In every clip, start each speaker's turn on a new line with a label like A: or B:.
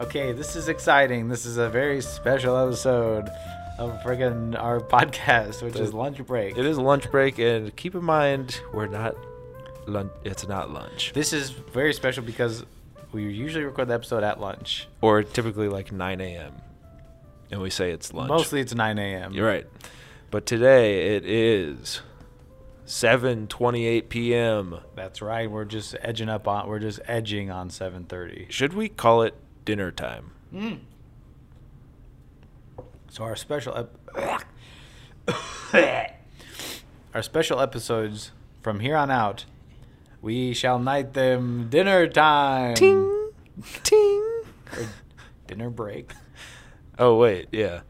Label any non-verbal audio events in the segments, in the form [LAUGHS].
A: Okay, this is exciting. This is a very special episode of friggin' our podcast, which is lunch break.
B: It is lunch break, and keep in mind we're not lunch. It's not lunch,
A: This is very special because we usually record the episode at lunch.
B: or typically like 9 a.m. And we say it's lunch.
A: Mostly it's 9 a.m.
B: you're right. But today it is 7:28 p.m.
A: That's right. We're just edging up on. We're just edging on 7:30.
B: Should we call it dinner time?
A: Mm. So our special ep- [COUGHS] our special episodes from here on out, we shall night them dinner time.
B: Ting, ting.
A: Or dinner
B: [LAUGHS]
A: break.
B: Oh wait, yeah.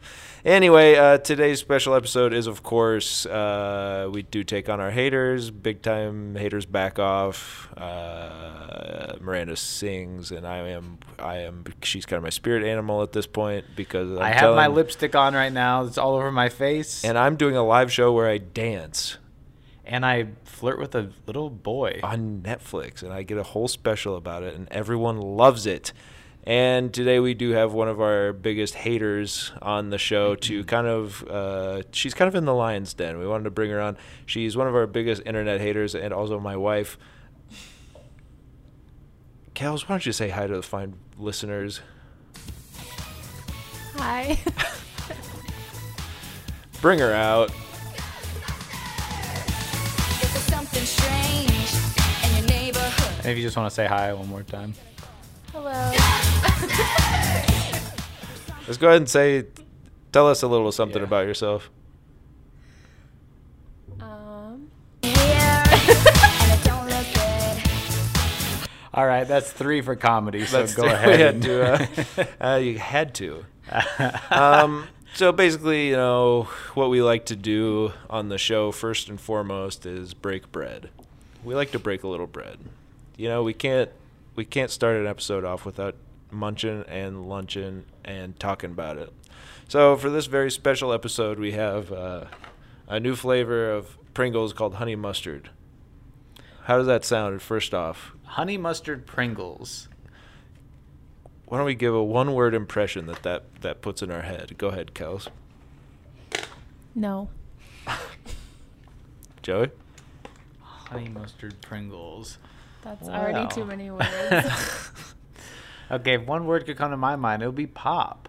B: Anyway, uh, today's special episode is, of course, uh, we do take on our haters, big time haters back off. Uh, Miranda sings, and I am, I am. She's kind of my spirit animal at this point because I'm
A: i have my
B: telling-
A: lipstick on right now. It's all over my face,
B: and
A: and,
B: I'm doing a live show where I dance
A: I flirt with a little boy.
B: on Netflix, and I get a whole special about it, and everyone loves it. And today we do have one of our biggest haters on the show to
A: Mm-hmm.
B: kind of, uh, she's kind of in the lion's den. We wanted to bring her on. She's one of our biggest internet haters, and also my wife. Kels, why don't you say hi to the fine listeners?
C: Hi. [LAUGHS]
B: Bring her out.
D: If there's something strange in your neighborhood,
A: And if you just want to say hi one more time,
E: [LAUGHS]
C: Hello.
B: Let's go ahead and say, tell us a little something
A: Yeah.
B: about yourself.
C: Um,
D: weird, and it don't look good.
A: all right, that's three for comedy. So
B: [LAUGHS] That's-
A: go
B: we
A: ahead.
B: had
A: and- [LAUGHS]
B: to, uh, uh, you had to. [LAUGHS] um, so basically, you know, what we like to do on the show first and foremost is break bread. We like to break a little bread. You know, we can't we can't start an episode off without munching and lunching and talking about it. So for this very special episode, we have uh, a new flavor of Pringles called honey mustard. How does that sound? First off,
A: honey mustard Pringles.
B: why don't we give a one word impression that, that that puts in our head? Go ahead, Kels.
C: no.
B: Joey?
A: Honey
B: Oh.
A: mustard Pringles.
C: That's
A: Wow.
C: already too
A: [LAUGHS]
C: many words.
A: Okay, if one word could come to my mind, it would be pop,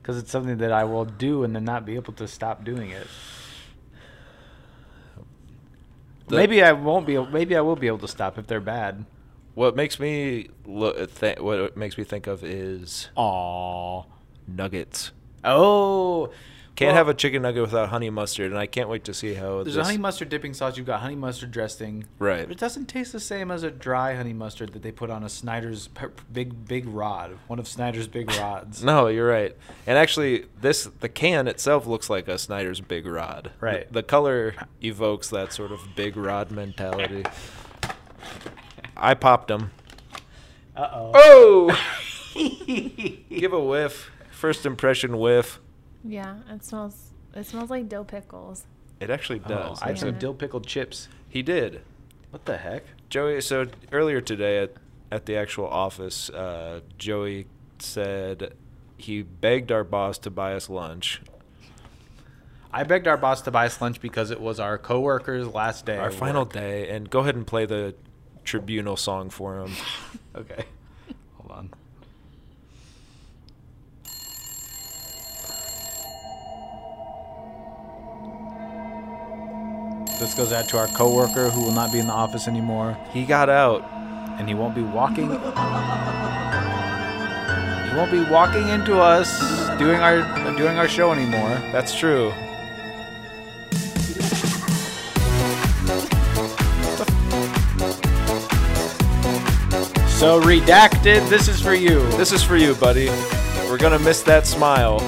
A: because it's something that I will do and then not be able to stop doing it.
B: The-
A: maybe I won't be. Maybe I will be able to stop if they're bad.
B: What makes me look th- what it makes me think of is
A: Aww.
B: nuggets.
A: Oh.
B: Can't
A: well,
B: have a chicken nugget without honey mustard, and I can't wait to see how
A: There's
B: this.
A: a honey mustard dipping sauce. You've got honey mustard dressing.
B: Right.
A: But it doesn't taste the same as a dry honey mustard that they put on a Snyder's per- big big rod. One of Snyder's
B: [LAUGHS]
A: big rods.
B: no, you're right. And actually, this the can itself looks like a Snyder's Big Rod.
A: Right.
B: The, the color evokes that sort of Big Rod mentality. I
A: [LAUGHS]
B: popped them.
A: Uh oh.
B: Oh!
A: [LAUGHS]
B: Give a whiff. First impression whiff.
C: yeah, it smells. It smells like dill pickles.
B: It actually does.
A: Oh, I had some
C: Yeah.
A: dill pickled chips.
B: he did.
A: What the heck?
B: Joey, so earlier today at, at the actual office, uh, Joey said he begged our boss to buy us lunch.
A: I begged our boss to buy us lunch because it was our coworker's last day.
B: our
A: of
B: final
A: work.
B: day, and go ahead and play the tribunal song for him.
A: [LAUGHS] Okay. Hold on. This goes out to our coworker who will not be in the office anymore,
B: he got out.
A: and he won't be walking. He won't be walking into us doing our doing our show anymore.
B: That's true.
A: So redacted. This is for you.
B: This is for you, buddy. We're gonna miss that smile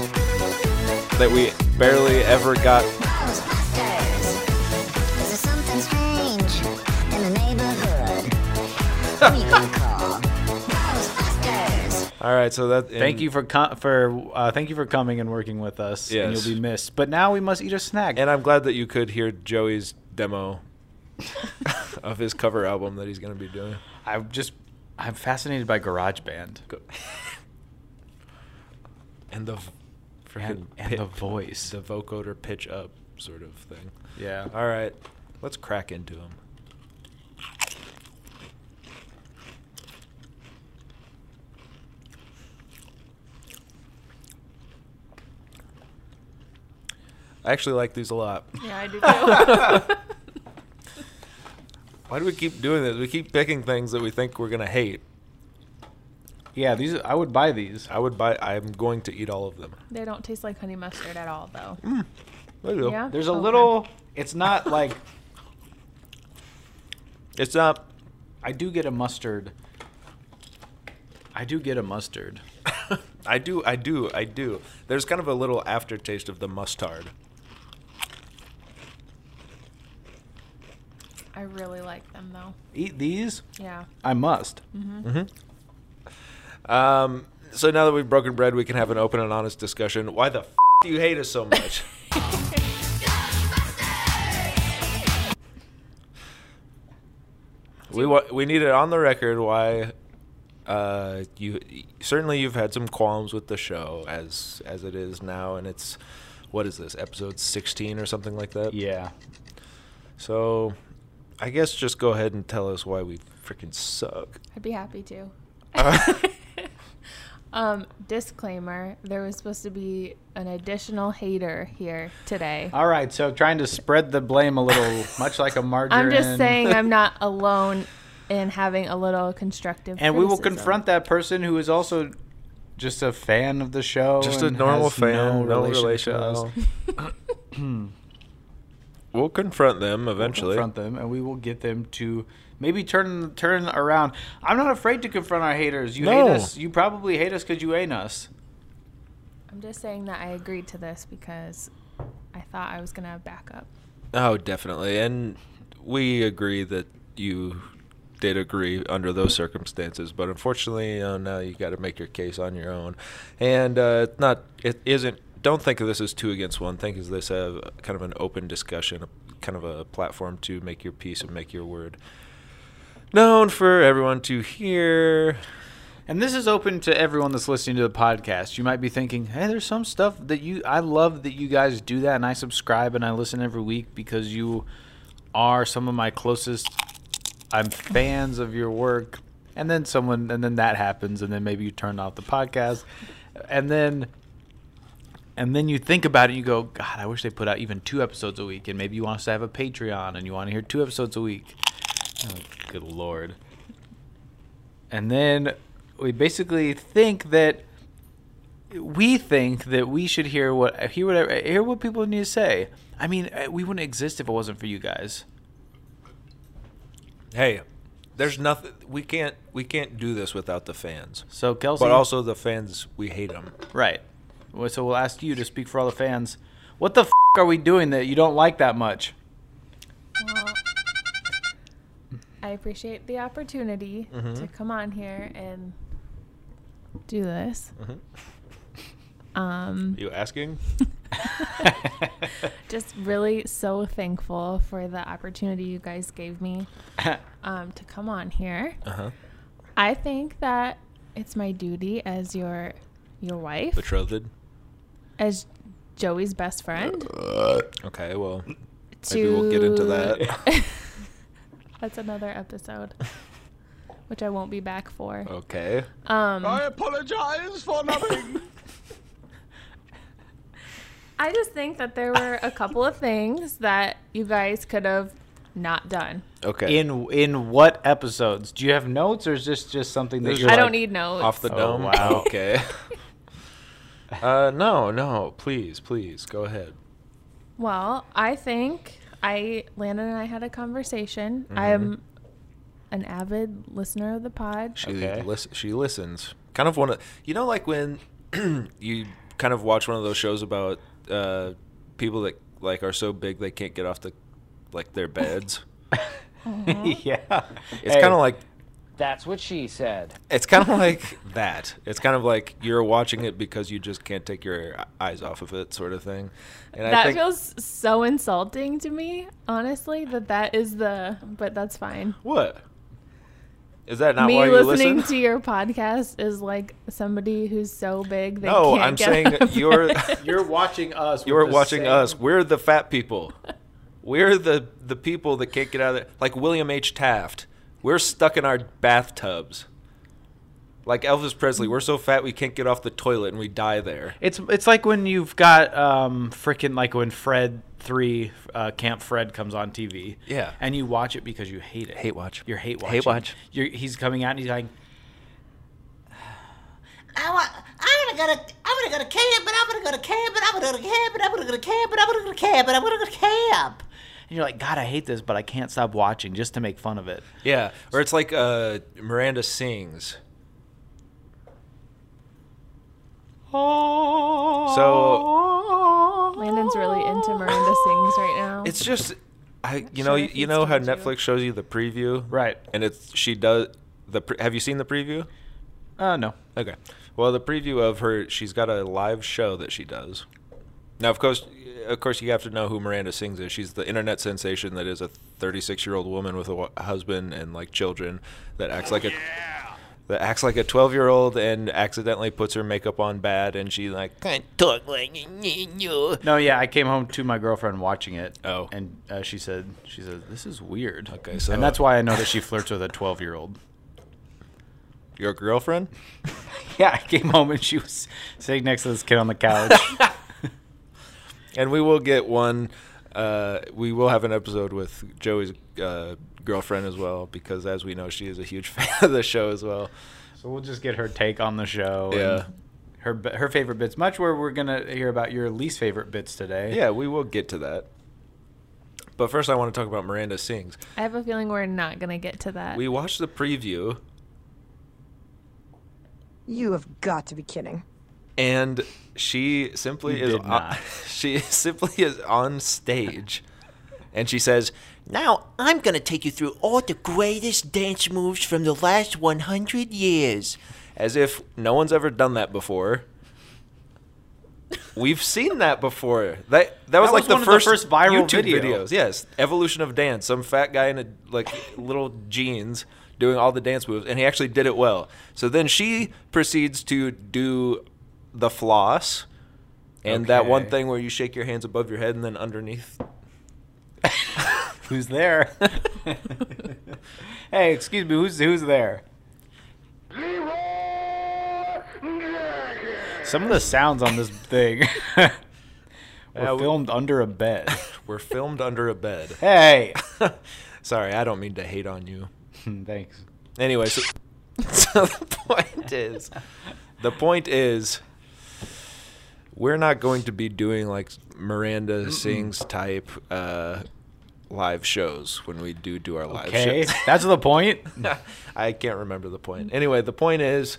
B: that we barely ever got.
D: Ghostbusters. Is there something strange in the neighborhood? Who you gonna call? Ghostbusters.
B: All right, so that. and-
A: Thank you for com- for uh, thank you for coming and working with us. And
B: Yes.
A: you'll be missed. But now we must eat a snack.
B: And I'm glad that you could hear Joey's demo [LAUGHS] of
C: [LAUGHS]
B: his cover album that he's gonna be doing.
A: I'm just I'm fascinated by GarageBand.
B: Go- [LAUGHS] and the freaking
A: And- and the voice.
B: the vocoder pitch up sort of thing.
A: Yeah.
B: All right, let's crack into him. I actually like these a lot. [LAUGHS]
C: Yeah, I do too. [LAUGHS]
B: Why do we keep doing this? We keep picking things that we think we're gonna hate.
A: Yeah, these I would buy these.
B: I would buy. I'm going to eat all of them.
C: they don't taste like honey mustard at all, though.
B: Mm. There you go.
C: Yeah?
A: There's a
C: Okay.
A: little it's not like
B: It's not.
A: I do get a mustard. I do get a mustard.
B: [LAUGHS] I do. I do. I do. There's kind of a little aftertaste of the mustard.
C: I really like them, though.
B: E-
A: Eat these?
C: Yeah. Mm-hmm.
A: I must.
B: Um, so now that we've broken bread, we can have an open and honest discussion. Why the f- do you hate us so much? we wa- we need it on the record why uh, you certainly you've had some qualms with the show as as it is now, and it's what is this episode sixteen or something like that?
A: Yeah.
B: So I guess just go ahead and tell us why we freaking suck.
C: I'd be happy to.
A: [LAUGHS]
B: Uh.
C: um, disclaimer there was supposed to be an additional hater here today.
A: All right, so trying to spread the blame a [LAUGHS] little, much like a margarine.
C: I'm just saying I'm not alone in having a little constructive
A: [LAUGHS] And we will
C: criticism.
A: confront that [COUGHS] person who is also just a fan of the show.
B: Just a
A: and
B: normal
A: has
B: fan,
A: no
B: no
A: relation,
B: relation
A: to
B: at
A: us. Hmm.
B: all. We'll confront them eventually.
A: confront them and we will get them to maybe turn turn around. I'm not afraid to confront our haters. You
B: No.
A: hate us. You probably hate us because you ain't us.
C: [LAUGHS] I'm just saying that I agreed to this because I thought I was going to have backup.
B: Oh, definitely. And we agree that you did agree under those circumstances, but unfortunately, you know, now you got to make your case on your own. And uh, it's not, it isn't. Don't think of this as two against one. Think of this as kind of an open discussion, kind of a platform to make your peace and make your word known for everyone to hear.
A: And this is open to everyone that's listening to the podcast. You might be thinking, "Hey, there's some stuff that you I love that you guys do that and I subscribe and I listen every week because you are some of my closest I'm fans of your work." And then someone and then that happens and then maybe you turn off the podcast. And then and then you think about it and you go, "God, I wish they put out even two episodes a week." And maybe you want us to have a Patreon and you want to hear two episodes a week. Oh, good lord. And then we basically think that we think that we should hear what hear what hear what people need to say. I mean, eh, we wouldn't exist if it wasn't for you guys.
B: Hey, there's nothing we can't we can't do this without the fans.
A: So Kelsey,
B: But also the fans, we hate them.
A: right. Well, So we'll ask you to speak for all the fans. What the f- are we doing that you don't like that
B: [LAUGHS]
A: much?
C: Well, I appreciate the opportunity
A: Mm-hmm.
C: to come on here and do this.
A: Mm-hmm.
C: Um,
B: Mm-hmm. You asking? [LAUGHS]
C: [LAUGHS] just really so thankful for the opportunity you guys gave me um, to come on here.
B: Uh huh.
C: I think that it's my duty as your your wife,
B: Betrothed.
C: as Joey's best friend,
B: Okay, [LAUGHS] well,
C: to
B: maybe Uh, we'll get into that.
C: [LAUGHS]
B: [LAUGHS]
C: That's another episode, which I won't be back for.
B: okay.
C: Um,
B: apologize for nothing.
C: I just think that there were a couple of things that you guys could have not done.
B: [LAUGHS] okay.
A: In in what episodes? Do you have notes, or is this just something that
B: This
A: you're
B: is
C: I
A: like,
C: don't need notes.
B: Off the [LAUGHS]
A: Oh,
B: dome.
A: wow.
B: [LAUGHS]
C: [LAUGHS]
B: okay. Uh, no, no. Please, please, go ahead.
C: Well, I think I Landon and I had a conversation.
B: Mm-hmm.
C: I'm an avid listener of the pod.
B: She
A: Okay.
B: lis- she listens. Kind of one of you know, like when [CLEARS THROAT] you kind of watch one of those shows about uh, people that like are so big they can't get off the like their beds.
A: [LAUGHS] yeah,
B: It's kind of like
A: that's what she said.
B: it's kind of like that. It's kind of like you're watching it because you just can't take your eyes off of it, sort of thing. And
C: that feels so insulting to me, honestly, that that is the but that's fine.
B: what Is that not
C: Me
B: why you
C: listening
B: listen? [LAUGHS]
C: to your podcast is like somebody who's so big they
B: no,
C: can't
B: I'm
C: get
B: saying
C: out
B: [LAUGHS]
C: of
B: you're
C: bed. [LAUGHS]
A: You're watching us.
B: you're watching us. We're the fat people. We're the the people that can't get out of there. Like William H. Taft. We're stuck in our bathtubs. Like Elvis Presley, we're so fat we can't get off the toilet and we die there.
A: It's it's like when you've got um freaking like when Fred three uh, Camp Fred comes on TV.
B: Yeah.
A: and you watch it because you hate it.
B: Hate watch.
A: You're hate watching.
B: Hate watch.
A: You're, he's coming out and he's like,
F: I want. I'm gonna go to. I'm gonna go to camp, and I'm gonna go to camp, and I'm gonna go to camp, and I'm gonna go to camp, and I'm gonna go to camp, and I'm gonna go to camp.
A: and you're like, God, I hate this, but I can't stop watching just to make fun of it.
B: Yeah, or it's like uh, Miranda sings. So
C: Landon's really into Miranda Sings right now.
B: it's just, I you know
C: Sure, if
B: you
C: it's
B: know how
C: going to.
B: Netflix shows you the preview,
A: Right.
B: And it's she does the. Pre- have you seen the preview?
A: Uh, no.
B: Okay. Well, the preview of her, she's got a live show that she does. Now, of course, of course, you have to know who Miranda Sings is. She's the internet sensation that is a 36-year-old woman with a wa- husband and like children that acts like a that acts like a 12-year-old and accidentally puts her makeup on bad, and she like can't talk like you.
A: No, yeah, I came home to my girlfriend watching it.
B: Oh.
A: and uh, she said, she said, this is weird.
B: Okay, so-
A: and that's why I know that she flirts with a twelve year old.
B: Your girlfriend?
A: [LAUGHS] Yeah, I came home and she was sitting next to this kid on the
B: [LAUGHS]
A: couch.
B: And we will get one. Uh, we will have an episode with Joey's uh, girlfriend as well, because as we know, she is a huge [LAUGHS] fan of the show as well.
A: so we'll just get her take on the show.
B: Yeah.
A: And her b- her favorite bits. Much where we're gonna hear about your least favorite bits today.
B: [LAUGHS] Yeah, we will get to that. But first, I want to talk about Miranda Sings.
C: I have a feeling we're not gonna get to
A: Uh.
C: that.
B: We [LAUGHS]
C: [LAUGHS]
B: watched the preview,
G: You have got to be kidding.
B: and she simply
A: You
B: is
A: did
B: on,
A: not.
B: [LAUGHS] she simply is on stage, and she says,
F: Now I'm gonna take you through all the greatest dance moves from the last 100 years.
B: as if no one's ever done that before. We've seen that before. That that was
A: That
B: like
A: was
B: the,
A: one of the
B: first
A: first viral
B: YouTube
A: video.
B: videos. Yes, evolution of dance. Some fat guy in a like little jeans doing all the dance moves, and he actually did it well. So then she proceeds to do the floss, and that one
A: Okay.
B: thing where you shake your hands above your head and then underneath.
A: [LAUGHS] Who's there? [LAUGHS] hey, excuse me. Who's who's there? Some of the sounds on this thing [LAUGHS] were
B: Uh, we-
A: filmed under a
B: [LAUGHS]
A: bed.
B: [LAUGHS] We're filmed under a bed. [LAUGHS]
A: Hey,
B: Sorry, I don't mean to hate on you.
A: thanks.
B: Anyway, so, [LAUGHS] so the point is, the point is, we're not going to be doing like Miranda sings type uh, live shows when we do do our live
A: Okay,
B: shows. [LAUGHS]
A: that's the point.
B: I can't remember the point. Anyway, the point is,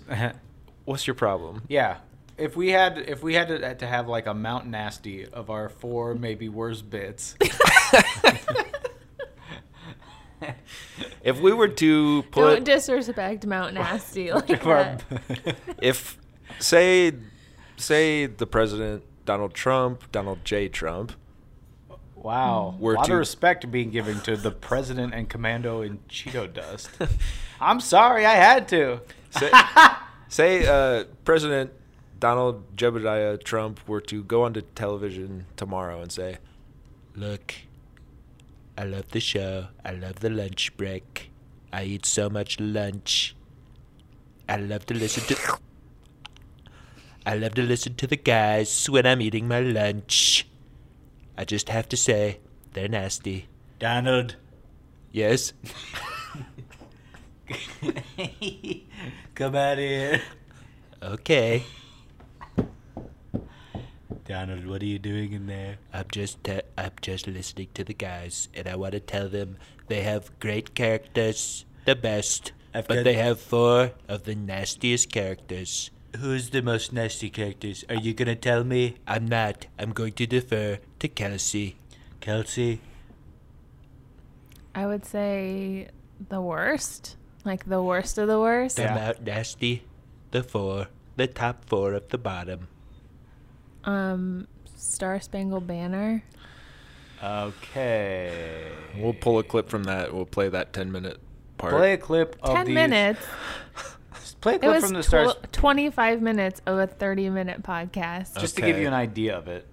B: what's your problem?
A: Yeah. If we had if we had to, to have like a Mount Nasty of our four maybe worst [LAUGHS] bits,
B: If we were to put,
C: Don't disrespect Mount [LAUGHS]
A: [LAUGHS]
C: Nasty like
A: of our,
C: that.
A: [LAUGHS]
B: if say, say the president Donald Trump, Donald J. Trump,
A: [LAUGHS] wow,
B: We're
A: a lot
B: too-
A: of respect being given to the president and commando in Cheeto dust. [LAUGHS] I'm sorry, I had to.
B: say, say uh, President Donald Jebediah Trump were to go onto television tomorrow and say,
H: Look, I love the show. I love the lunch break. I eat so much lunch. I love to listen to. [LAUGHS] I love to listen to the guys when I'm eating my lunch. I just have to say, they're nasty.
A: Donald, [LAUGHS]
H: Yes?
A: come out here.
H: Okay.
A: Donald, what are you doing in there?
H: I'm just te- I'm just listening to the guys, and I want to tell them they have great characters, the best,
I: I've
H: but
I: got-
H: they have four of the nastiest characters.
I: Who's the most nasty characters? Are you gonna tell me,
H: I'm not. I'm going to defer to Kelsey.
I: Kelsey?
C: I would say the worst, like the worst of the worst.
H: The
A: Yeah.
H: Mount Nasty, the four, the top four of the bottom.
C: Um, Star Spangled Banner.
A: Okay.
B: we'll pull a clip from that. We'll play that 10 minute part.
A: Play a clip of
C: Ten
A: the
C: minutes.
A: Play a
C: It
A: clip
C: was
A: from the stars,
C: tw- 25 minutes of a 30 minute podcast.
A: just to give
B: Okay.
A: you an idea of
C: [LAUGHS]
A: it.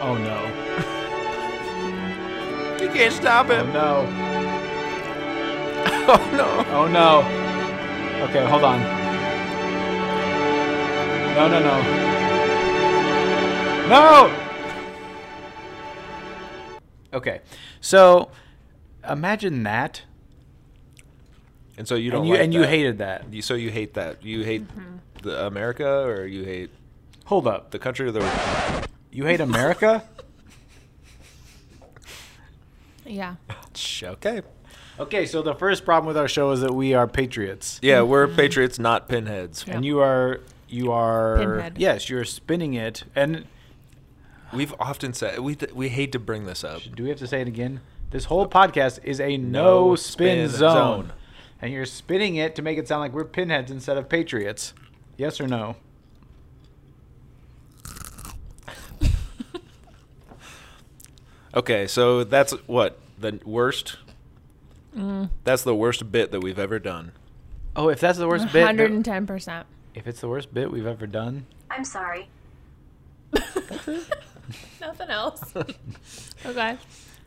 A: Oh no.
B: You can't stop
A: Oh
B: him.
A: no.
B: Oh no.
A: [LAUGHS] Oh no. Okay, hold on. No, no, no. No! Okay, so imagine that,
B: And so you don't
A: and you
B: like
A: and you
B: that.
A: hated that.
B: You- So you hate that. You hate the America, or you hate
A: Hold up,
B: the country, or the
A: you hate America?
C: [LAUGHS] Yeah.
B: okay.
A: [LAUGHS] okay, so the first problem with our show is that we are patriots,
B: Yeah, we're patriots, not pinheads.
A: and you are you are
C: Pinhead.
A: yes, you're spinning it. And
B: We've often said we we hate to bring this up.
A: do we have to say it again? This whole podcast is a no, spin,
B: spin
A: zone.
B: zone.
A: and you're spinning it to make it sound like we're pinheads instead of patriots. Yes or no?
B: Okay, so that's what the worst.
C: Mm.
B: That's the worst bit that we've ever done.
A: Oh, if that's the worst bit,
C: 110%.
A: if it's the worst bit we've ever done,
J: I'm sorry.
C: [LAUGHS]
A: [LAUGHS]
C: Nothing else. okay.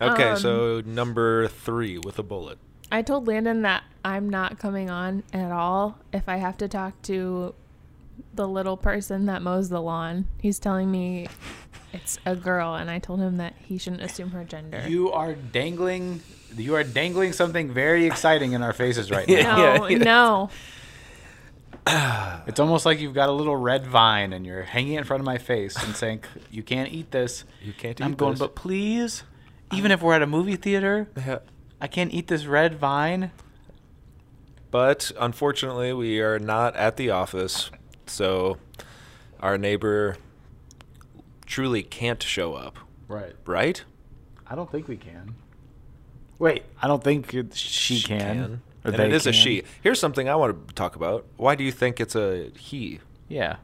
B: Okay, so
A: Um,
B: number three with a bullet.
C: I told Landon that I'm not coming on at all if I have to talk to the little person that mows the lawn. He's telling me it's a girl, and I told him that he shouldn't assume her gender.
A: you are dangling, you are dangling something very exciting in our faces [LAUGHS] right now.
C: no,
B: [LAUGHS] Yeah, yeah.
C: no.
A: It's almost like you've got a little red vine and you're hanging it in front of my face and saying, "You can't eat this."
B: You can't
A: I'm
B: eat
A: going,
B: this.
A: but please, even if we're at a movie theater,
B: Yeah.
A: I can't eat this red vine.
B: But unfortunately, we are not at the office, so our neighbor truly can't show up.
A: Right.
B: Right?
A: I don't think we can. Wait, I don't think it, she, can. or
B: And
A: they
B: it is a
A: can.
B: she. Here's something I want to talk about. Why do you think it's a he?
A: Yeah.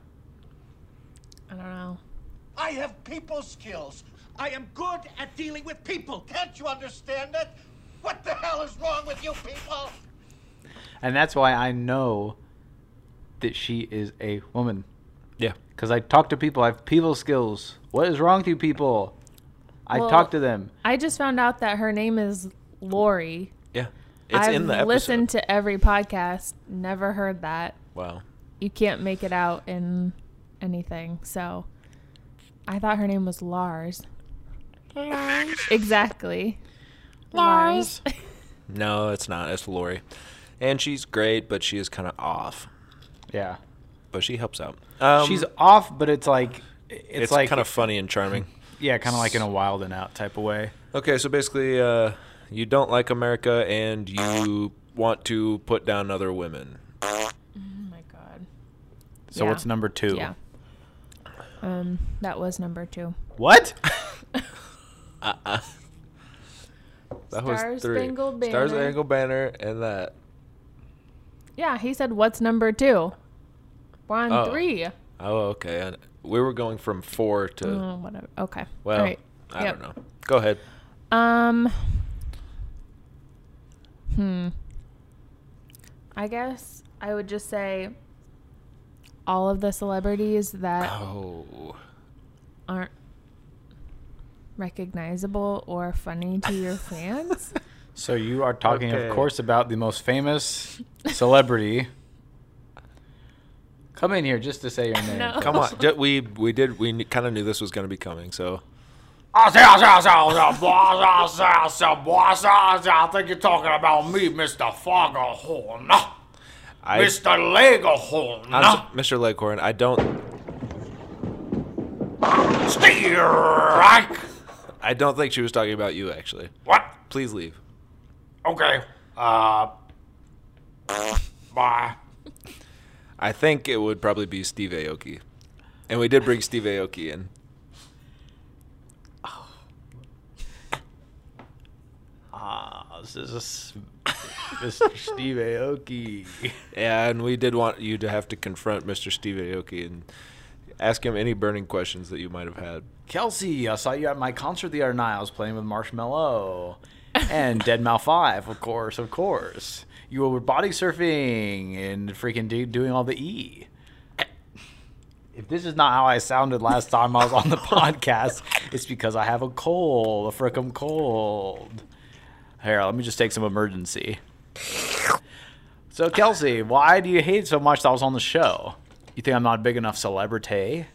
C: I don't know.
K: I have people skills. I am good at dealing with people. Can't you understand that? What the hell is wrong with you people?
A: And that's why I know that she is a woman.
B: Yeah.
A: Because I talk to people. I have people skills. What is wrong with you people? I
C: Well,
A: talk to them.
C: I just found out that her name is Lori.
B: Yeah. It's
C: I've
B: in the episode.
C: listened to every podcast, never heard that.
B: wow.
C: You can't make it out in anything. So I thought her name was Lars. Lars. Exactly. Lars. [LAUGHS]
B: No, it's not. It's Lori. And she's great, but she is kind of off.
A: Yeah.
B: But she helps out. Um,
A: She's off, but it's like it's,
B: it's,
A: like
B: kind of funny and charming.
A: yeah, kind of like in a wild and out type of way.
B: Okay, so basically, uh, you don't like America and you want to put down other women.
C: Oh my god.
A: So
C: Yeah.
A: what's number two?
C: Yeah. Um, that was number two.
A: What? [LAUGHS]
B: Uh, That
C: Star
B: was three.
C: Spangled
B: Star
C: Banner.
B: Spangled Banner and that.
C: Yeah, he said, "What's number two? We're on
B: Oh.
C: three.
B: Oh, okay. And we were going from four to
C: Oh, whatever. Okay.
B: well,
C: All right.
B: I
C: Yep.
B: don't know. Go ahead.
C: Um. Hmm. I guess I would just say all of the celebrities that
B: Oh,
C: aren't recognizable or funny to [LAUGHS] your fans.
A: So you are talking,
B: Okay.
A: of course, about the most famous [LAUGHS] celebrity. Come in here just to say your name.
C: No.
B: come on.
C: [LAUGHS]
B: Ju- we we did we kind of knew this was going to be coming. So
K: I say, I say, I say, I say, ah, boy, ah, I say, I say, boy, I say, I say, ah, I think you're talking about me, Mr. Foghorn.
B: I,
K: Mr. Leghorn.
B: I'm so- Mr. Leghorn, I don't
K: Steer right.
B: I don't think she was talking about you actually.
K: What?
B: Please leave.
K: Okay. Uh. Bye.
B: I think it would probably be Steve Aoki, and we did bring Steve Aoki in.
A: Ah, This is s- Mr. Steve Aoki.
B: Yeah, and we did want you to have to confront Mr. Steve Aoki and ask him any burning questions that you might have had.
A: Kelsey, I saw you at my concert the other night. I was playing with Marshmallow and Dead Mouth Five, of course, of course. You were body surfing and freaking do- doing all the E. If this is not how I sounded last time I was on the podcast, it's because I have a cold, a frickin' cold. Here, let me just take some emergency. So, Kelsey, why do you hate so much that I was on the show? You think I'm not a big enough celebrity?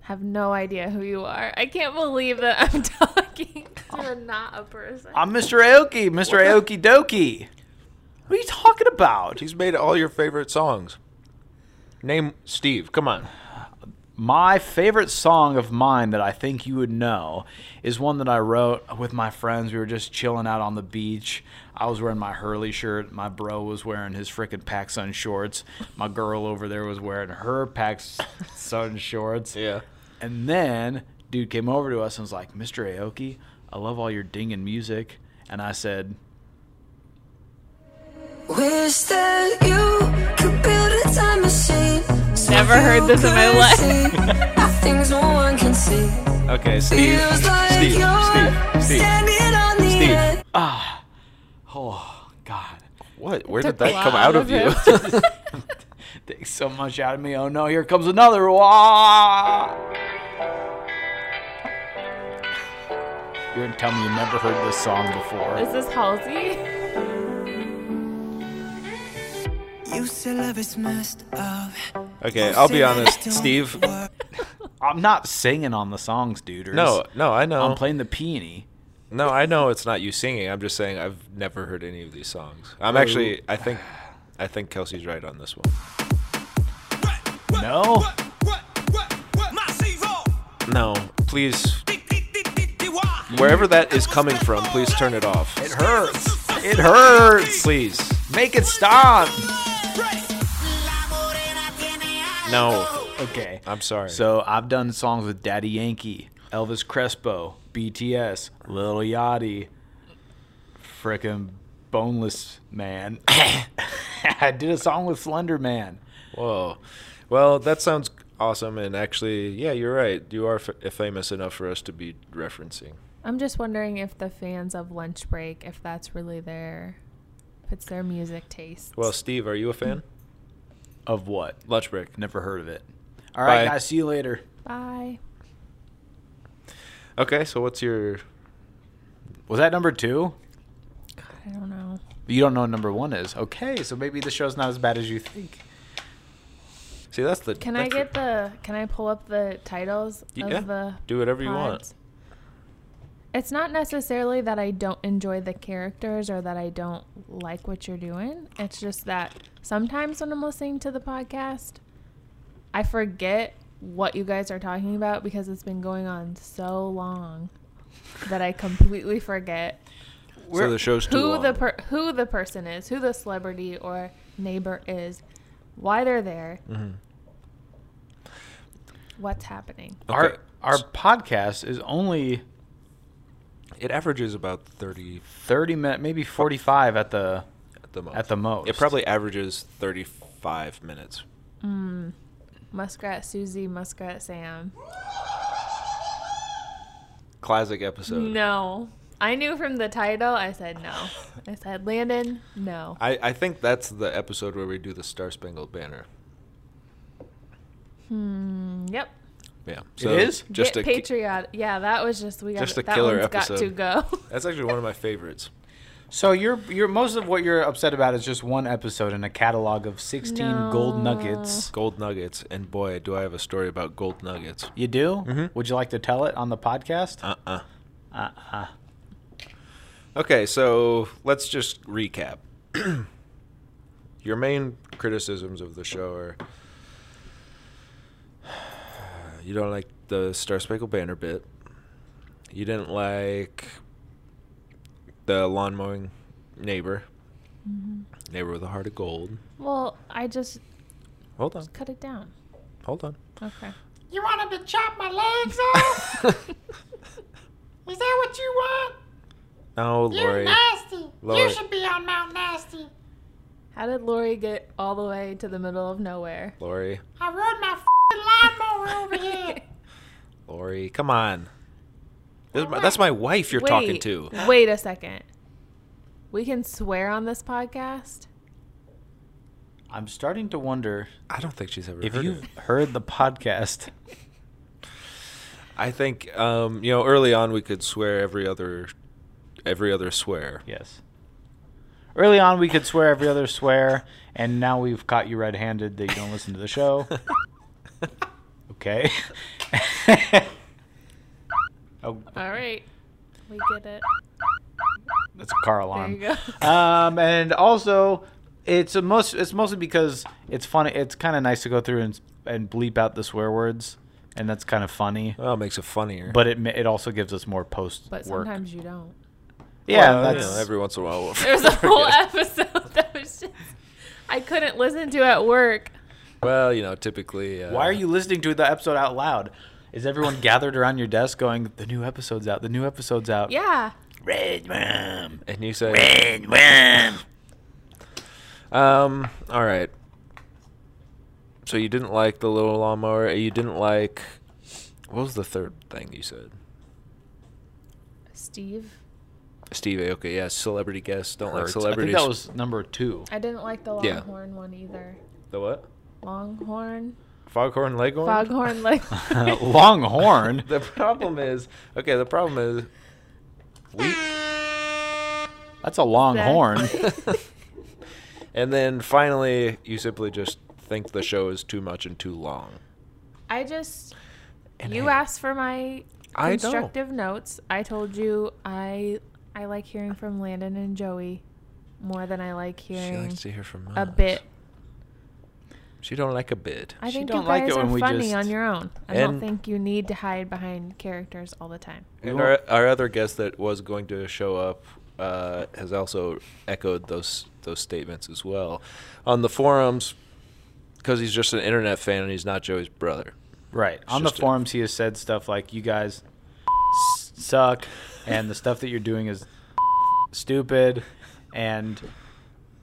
C: Have no idea who you are. I can't believe that I'm [LAUGHS] talking to not a person.
A: I'm Mr. Aoki, Mr. Aoki Doki. What are you talking about?
B: He's made all your favorite songs. Name Steve. Come on.
A: My favorite song of mine that I think you would know is one that I wrote with my friends. We were just chilling out on the beach. I was wearing my Hurley shirt. My bro was wearing his frickin' PacSun shorts. My girl over there was wearing her PacSun [LAUGHS] shorts.
B: Yeah.
A: And then dude came over to us and was like, Mr. Aoki, I love all your dinging music. And I said,
J: Wish that you could build a time machine. so
C: Never heard
J: you
C: this in my
J: could
C: life.
J: see Things no one can see.
B: Okay, Steve.
J: Feels like
B: Steve.
J: you're
B: Steve. Steve.
J: Standing on the
B: Steve.
J: edge.
A: Oh, God.
B: What? Where
C: Took
B: did that
C: a lot
B: come out of you?
C: of
A: Takes so much out of me. Oh no, here comes another. Wah! You're gonna tell me you never heard this song before.
C: Is this Halsey?
J: You say love is messed up.
B: [LAUGHS] okay, I'll be honest,
J: Don't
B: Steve.
J: worry.
A: I'm not singing on the songs, dude.
B: No, no, I know.
A: I'm playing the peony.
B: No, I know it's not you singing. I'm just saying I've never heard any of these songs. I'm actually I think I think Kelsey's right on this one.
A: No,
B: No, please. Wherever that is coming from, please turn it off.
A: it hurts. It hurts.
B: Please.
A: Make it stop.
B: No.
A: Okay.
B: I'm sorry.
A: So I've done songs with Daddy Yankee, Elvis Crespo, BTS, Lil Yachty, frickin' Boneless
B: [LAUGHS]
A: Man. [LAUGHS] I did a song with Slender Man.
B: Whoa. Well, that sounds awesome. And actually, yeah, you're right. You are f- famous enough for us to be referencing.
C: I'm just wondering if the fans of Lunch Break, if that's really their, if it's their music taste.
B: Well, Steve, are you a fan?
A: Of what?
B: Lunch break.
A: Never heard of it. All right,
B: Bye.
A: guys. See you later.
C: bye.
B: Okay, so what's your?
A: Was that number two?
C: I don't know.
A: You don't know what number one is. Okay, so maybe the show's not as bad as you think.
B: See, that's the.
C: Can I
B: that's
C: get the? Can I pull up the titles
B: Yeah,
C: of the?
B: do whatever you want.
C: pods? It's not necessarily that I don't enjoy the characters or that I don't like what you're doing. It's just that sometimes when I'm listening to the podcast, I forget what you guys are talking about because it's been going on so long that I completely forget
B: So the show's too
C: who
B: long.
C: the per- who the person is, who the celebrity or neighbor is, why they're there,
B: Mm-hmm.
C: what's happening.
A: Our
B: Okay.
A: our podcast is only
B: it averages about thirty
A: thirty minutes, maybe forty five at the
B: at the most.
A: At the most.
B: it probably averages thirty-five minutes.
C: Muskrat Susie, Muskrat Sam.
B: Classic episode.
C: No. I knew from the title. I said no. I said Landon, no.
B: I, I think that's the episode where we do the Star Spangled Banner.
C: Yep.
B: Yeah,
A: is?
B: just
C: Get
B: a ki-
C: patriotic. Yeah, that was just we got
B: Just a
C: that
B: killer
C: one's got to
B: episode.
C: go. [LAUGHS]
B: That's actually one of my favorites.
A: So you're you're most of what you're upset about is just one episode in a catalog of sixteen gold nuggets.
B: Gold Nuggets, and boy, do I have a story about Gold Nuggets.
A: You do? Would you like to tell it on the podcast?
B: Uh-uh. Uh-uh. Okay, so let's just recap. [CLEARS THROAT] Your main criticisms of the show are [SIGHS] you don't like the Star Spangled Banner bit. You didn't like the lawn mowing neighbor. Mm-hmm. Neighbor with a heart of gold.
C: well, I just
B: Hold on.
C: cut it down.
B: Hold on.
C: Okay.
K: You want him to
B: [LAUGHS]
K: chop my legs off? Is that what you want?
B: Oh, Lori.
K: nasty.
B: Lori.
K: You should be on Mount Nasty.
C: How did Lori get all the way to the middle of nowhere?
B: Lori.
K: I rode my f***ing lawnmower over
C: [LAUGHS]
K: here.
B: Lori. Come on. This is my- that's my wife you're talking to.
C: Wait a second. We can swear on this podcast?
A: I'm starting to wonder
B: I don't think she's ever
A: if
B: heard of
A: you've heard the podcast. [LAUGHS]
B: I think um, you know early on we could swear every other every other swear.
A: Yes. Early on, we could swear every other swear, and now we've caught you red handed that you don't listen to the show. Okay. [LAUGHS] oh,
C: All right. We get it.
A: that's a car
C: There
A: alarm.
C: you
A: [LAUGHS]
C: go.
A: um, and also it's a most it's mostly because it's funny it's kind of nice to go through and and bleep out the swear words and that's kind of funny
B: [LAUGHS] Well, it makes it funnier.
A: but it ma- it also gives us more post
C: But
A: work
C: sometimes you don't.
A: yeah
B: Well, you
A: that's
B: know, every once in a while. We'll
C: [LAUGHS]
B: [LAUGHS]
C: There's a whole episode [LAUGHS] that was just I couldn't listen to at work.
B: well, you know, typically. Uh,
A: why are you listening to the episode out loud is everyone gathered around your desk going the new episode's out the new episode's out
C: Yeah.
B: And you say. um. All right. So you didn't like the little lawnmower. You didn't like. What was the third thing you said?
C: Steve.
B: Steve Okay, yeah, celebrity guests don't like
A: Hurts. I think
B: celebrities.
A: that was number two.
C: I didn't like the
B: Yeah.
C: longhorn one either.
B: the what?
C: Longhorn.
B: Foghorn Leghorn.
C: [LAUGHS] Foghorn like
A: Longhorn.
B: [LAUGHS] The problem is okay. The problem is we
A: That's a long
C: Exactly.
A: horn.
B: and then finally you simply just think the show is too much and too long.
C: I just
B: And
C: you
B: I-
C: asked for my
B: I know.
C: constructive notes. I told you I I like hearing from Landon and Joey more than I like
B: She
C: hearing
B: likes to hear from us.
C: a bit.
B: She don't like a bit.
C: I
A: She
C: think
A: don't
C: you
A: like
C: guys
A: it when
C: are
A: we
C: funny
A: just-
C: on your own. I
B: And-
C: don't think you need to hide behind characters all the time.
B: And our, our other guest that was going to show up uh, has also echoed those those statements as well on the forums because he's just an internet fan and he's not Joey's brother.
A: Right. On the
B: just a-
A: forums, he has said stuff like, you guys s- suck, and the stuff that you're doing is stupid, and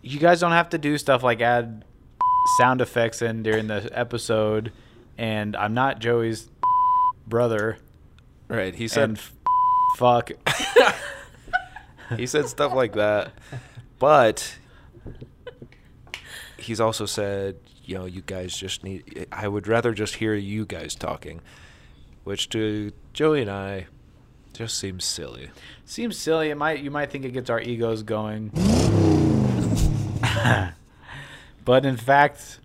A: you guys don't have to do stuff like add sound effects in during the episode, and I'm not Joey's brother,
B: Right. He said
A: and f- fuck.
B: he said stuff like that. But he's also said, you know, you guys just need. I would rather just hear you guys talking, which to Joey and I just seems silly.
A: Seems silly. It might you might think it gets our egos going. [LAUGHS] but in fact,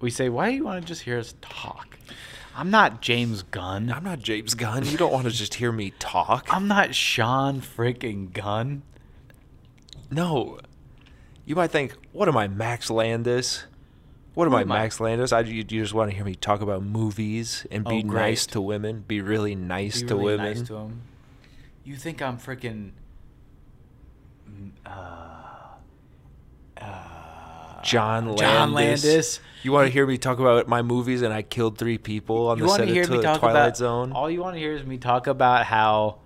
A: we say, why do you want to just hear us talk? I'm not James Gunn.
B: I'm not James Gunn. You don't want to just hear me talk.
A: I'm not Sean freaking Gunn.
B: no. You might think, what am I, Max Landis? What am I,
A: am I?
B: Max Landis? I, you, you just want to hear me talk about movies and be
A: Oh, great.
B: nice to women, be really nice
A: Be
B: to
A: really
B: women.
A: Nice to him. You think I'm freaking. mm, Uh, uh,
B: John Landis.
A: John Landis.
B: You want to hear me talk about my movies and I killed three people on
A: You
B: the
A: want
B: set
A: to hear
B: of
A: me
B: Twi-
A: talk
B: Twilight
A: about
B: Zone?
A: All you want to hear is me talk about how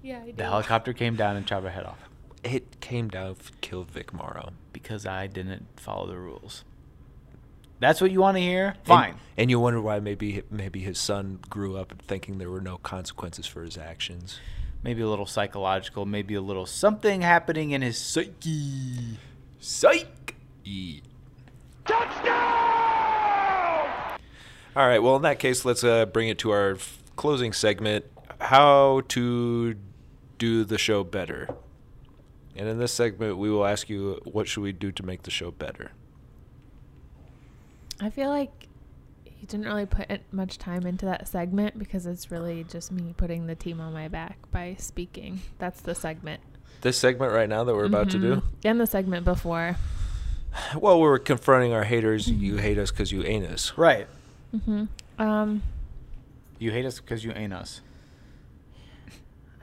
C: Yeah, I do.
A: the helicopter came down and chopped her head off
B: It came down to kill Vic Morrow.
A: because I didn't follow the rules. That's what you want to hear?
B: And-
A: Fine.
B: And, you wonder why maybe maybe his son grew up thinking there were no consequences for his actions.
A: maybe a little psychological, maybe a little something happening in his psyche.
B: Psych. E. Touchdown! All right. Well, in that case, let's uh, bring it to our f- closing segment: how to do the show better. And in this segment, we will ask you what should we do to make the show better.
C: I feel like you didn't really put in- much time into that segment because it's really just me putting the team on my back by speaking. That's the segment.
B: This segment right now that we're about to
C: Mhm. And the segment before.
B: do. Well, we're confronting our haters. You hate us because you ain't us.
A: Right.
C: hmm Um,
A: You hate us because you ain't us.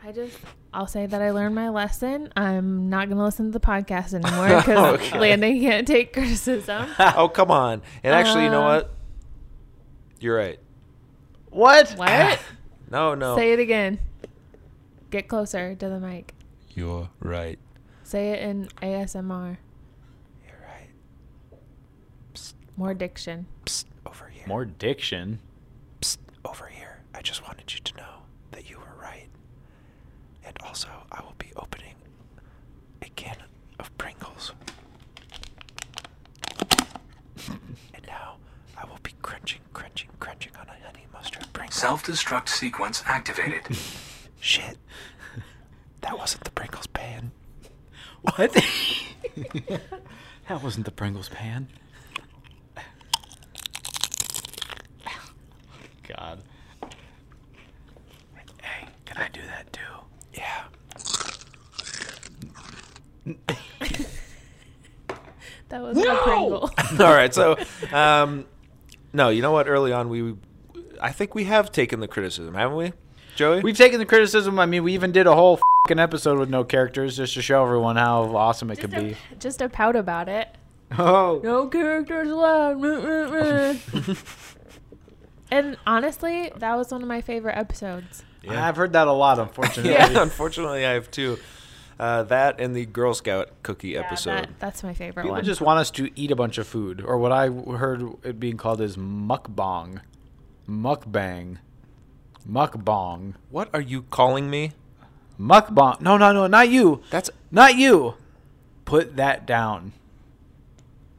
C: I just, I'll say that I learned my lesson. I'm not going to listen to the podcast
A: [LAUGHS]
C: anymore because
B: Okay.
C: Landon can't take criticism.
B: [LAUGHS] oh come on! And actually, you know
C: Um,
B: what? You're right.
A: What?
C: [LAUGHS] What?
B: No, no.
C: Say it again. Get closer to the mic.
H: You're right.
C: Say it in ASMR. You're right. More diction.
A: Over here. More diction.
H: Psst, over here. I just wanted you to know that you were right. And also, I will be opening a can of Pringles. [LAUGHS] and now, I will be crunching, crunching, crunching on a honey mustard Pringle.
L: Self-destruct sequence activated.
H: Shit. That wasn't the Pringles pan.
A: [LAUGHS] What? [LAUGHS] that wasn't the Pringles pan. God. Hey, can I do that too?
H: Yeah.
C: That was no! Pringle.
B: [LAUGHS] All right, so um, no, you know what? Early on, we I think we have taken the criticism, haven't we, Joey? [LAUGHS]
A: We've [LAUGHS] taken the criticism. I mean, we even did a whole fing episode with no characters just to show everyone how awesome it could
C: [LAUGHS]
A: be.
C: [LAUGHS] Just a pout about it.
A: Oh.
C: No characters allowed. and honestly, that was one of my favorite episodes.
B: Yeah.
A: I've heard that a [LAUGHS] lot, unfortunately.
B: yeah, unfortunately, I have two. Uh, that and the Girl Scout cookie episode.
C: That, that's my favorite
A: People
C: one.
A: just want us to eat a bunch of food, or what I w- heard it being called is mukbang, mukbang, mukbang,
B: What are you calling me?
A: mukbang. No, no, no, not you.
B: That's
A: Not you. Put that down.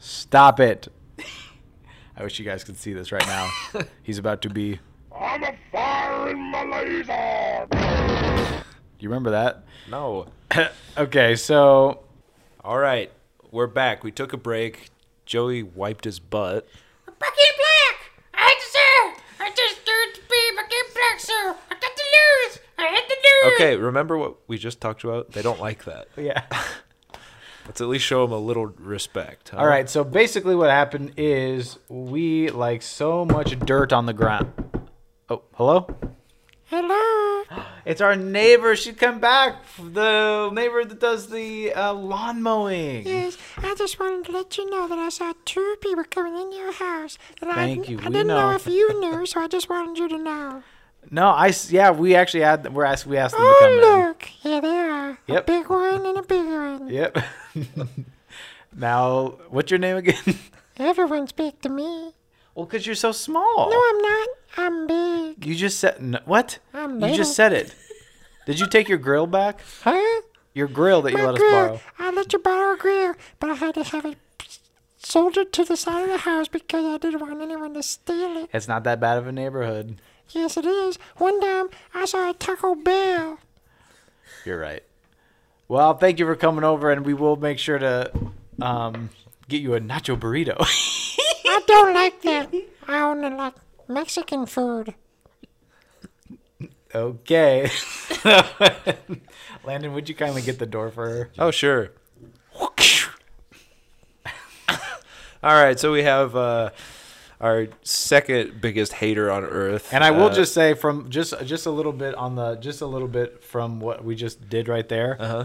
A: Stop it. I wish you guys could see this right now. He's about to be.
K: I'm a fire in my laser!
A: You remember that?
B: no.
A: okay, so
B: All right, we're back. We took a break. Joey wiped his butt.
F: Bucky Black! I deserve! I deserve to be Bucky Black, sir! I got the news! I hit the news!
B: Okay, remember what we just talked about? They don't like that.
A: yeah.
B: Let's at least show them a little respect. huh?
A: All right, so basically what happened is we like so much dirt on the ground. Oh, hello? Hello. It's our neighbor. She come back. The neighbor that does the uh, lawn mowing.
M: Yes, I just wanted to let you know that I saw two people coming in your house. And
A: Thank
M: I,
A: you,
M: I
A: we
M: didn't know.
A: know.
M: if you
A: [LAUGHS]
M: knew, so I just wanted you to know.
A: No, I s- yeah, we actually had we're asked we asked them to come
M: Oh, look, here they are.
A: Yep.
M: A big one and a big one.
A: in. Yep. [LAUGHS] now, what's your name again? [LAUGHS]
M: Everyone speak to me.
A: well, cuz you're so small.
M: No, I'm not. I'm big.
A: you just said no, what?
M: I'm
A: you
M: little.
A: just said it. Did you take your grill back?
M: Huh?
A: Your grill that you
M: My
A: let us
M: grill.
A: borrow.
M: I let you borrow a grill, but I had to have it soldered to the side of the house because I didn't want anyone to steal it.
A: It's not that bad of a neighborhood.
M: Yes, it is. One time I saw a Taco Bell.
A: You're right. Well, thank you for coming over, and we will make sure to um, get you a nacho burrito. [LAUGHS]
M: I don't like that. I only like Mexican food.
A: okay. [LAUGHS] Landon, would you kindly get the door for her?
B: Oh, sure. All right, so we have uh, our second biggest hater on earth.
A: And I will
B: Uh,
A: just say from just just a little bit on the just a little bit from what we just did right there.
B: Uh-huh.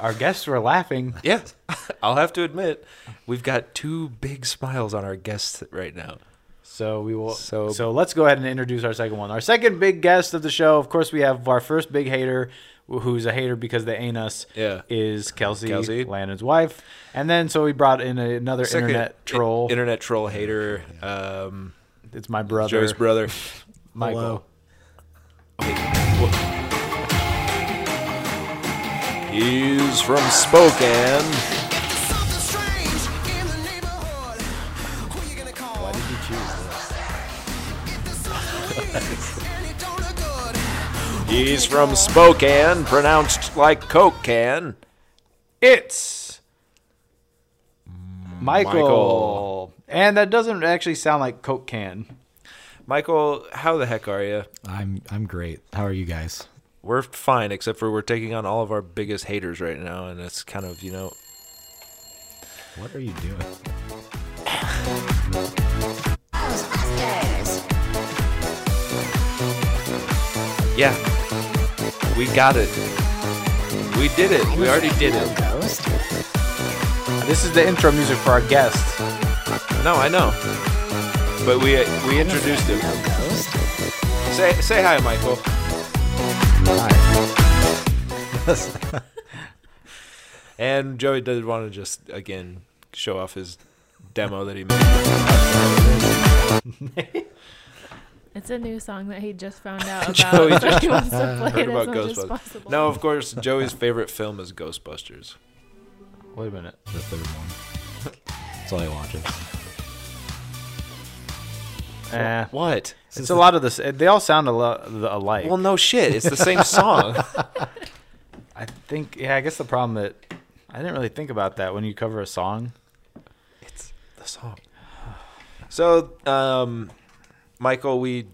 A: Our guests were laughing.
B: Yeah, [LAUGHS] I'll have to admit, we've got two big smiles on our guests right now.
A: So we will. So,
B: So-
A: let's go ahead and introduce our second one. Our second big guest of the show, of course, we have our first big hater, wh- who's a hater because they ain't us.
B: Yeah.
A: is Kelsey,
B: Kelsey.
A: Landon's wife, and then so we brought in a- another
B: Second
A: internet troll.
B: i- internet troll hater, um,
A: it's my brother,
B: Joey's brother.
A: Michael.
B: Hello. He's from Spokane.
E: [LAUGHS]
B: He's from Spokane, pronounced like Coke can.
A: It's Michael.
B: Michael.
A: and that doesn't actually sound like Coke can.
B: Michael, how the heck are you?
N: I'm I'm great. How are you guys?
B: We're fine, except for we're taking on all of our biggest haters right now, and it's kind of, you know,
N: What are you doing?
B: yeah, we got it. We did it. We already did it.
A: This is the intro music for our guest.
B: No, I know, uh, but we we introduced him. Say say hi, Michael. Hi. and Joey did want to just again show off his demo that he
C: [LAUGHS]
B: made.
C: It's a new song that he just
B: [LAUGHS]
C: found out about. [LAUGHS]
B: Joey
C: but
B: just
C: he wants to play
B: heard
C: it
B: about
C: as much as
B: Ghostbusters.
C: possible.
B: No, of course, Joey's favorite film is Ghostbusters.
A: Wait a minute.
N: The third
A: [LAUGHS]
N: one. That's all I watches.
A: Eh.
B: What?
A: It's a lot of this. They all sound a lo- alike.
B: Well, no shit. It's the same [LAUGHS] song.
A: I think. Yeah, I guess the problem that I didn't really think about that when you cover a song.
B: It's the song. So, um, Michael, we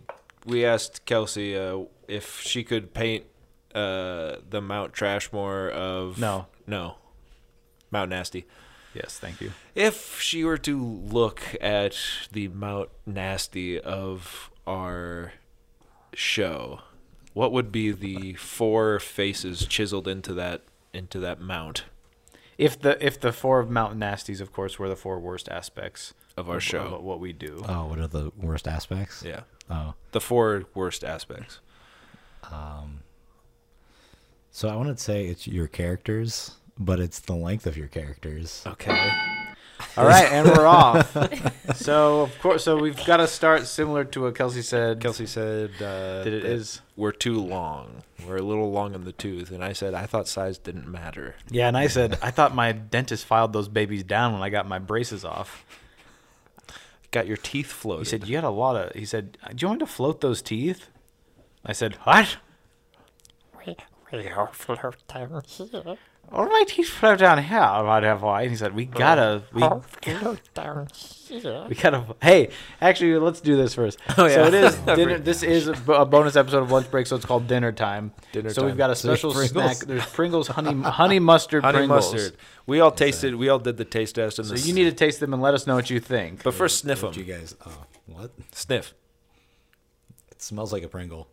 B: we asked Kelsey uh, if she could paint uh, the Mount Trashmore of
A: No.
B: no, Mount Nasty.
A: Yes, thank you.
B: If she were to look at the Mount Nasty of our show, what would be the four faces chiseled into that into that mount?
A: If the if the four of Mountain Nasties, of course, were the four worst aspects
B: Of our show.
A: of what we do.
N: Oh, what are the worst aspects?
B: Yeah.
N: Oh.
B: The four worst aspects.
N: Um, [LAUGHS] so I want to say it's your characters, but it's the length of your characters.
B: Okay.
A: All right, and we're off. so of course, so we've got to start similar to what Kelsey said.
B: Kelsey said uh,
A: that it
B: that
A: is.
B: We're too long. We're a little long in the tooth. And I said I thought size didn't matter.
A: Yeah, and I said I thought my dentist filed those babies down when I got my braces off.
B: Got your teeth floated.
A: He said you got a lot of. He said, "Do you want to float those teeth?" I said, "What?
M: We, we all float down here.
A: All my teeth float down here, or whatever." And he said, "We gotta, we,
M: all float down here.
A: we gotta." Hey, actually, let's do this first. So
B: Oh, yeah.
A: it
B: [LAUGHS]
A: is
B: I
A: dinner.
B: forgot.
A: This is a b- a bonus episode of Lunch Break, so it's called dinner time.
B: Dinner
A: so
B: time.
A: we've got a
B: So there's
A: special
B: Pringles.
A: snack. There's Pringles, honey, honey mustard,
B: Honey
A: Pringles.
B: mustard. We all tasted. We all did the taste test. And
A: So
B: the
A: you need to taste them and let us know what you think.
B: But first, sniff them.
N: What you guys? Oh, what? [LAUGHS]
B: Sniff.
N: It smells like a Pringle.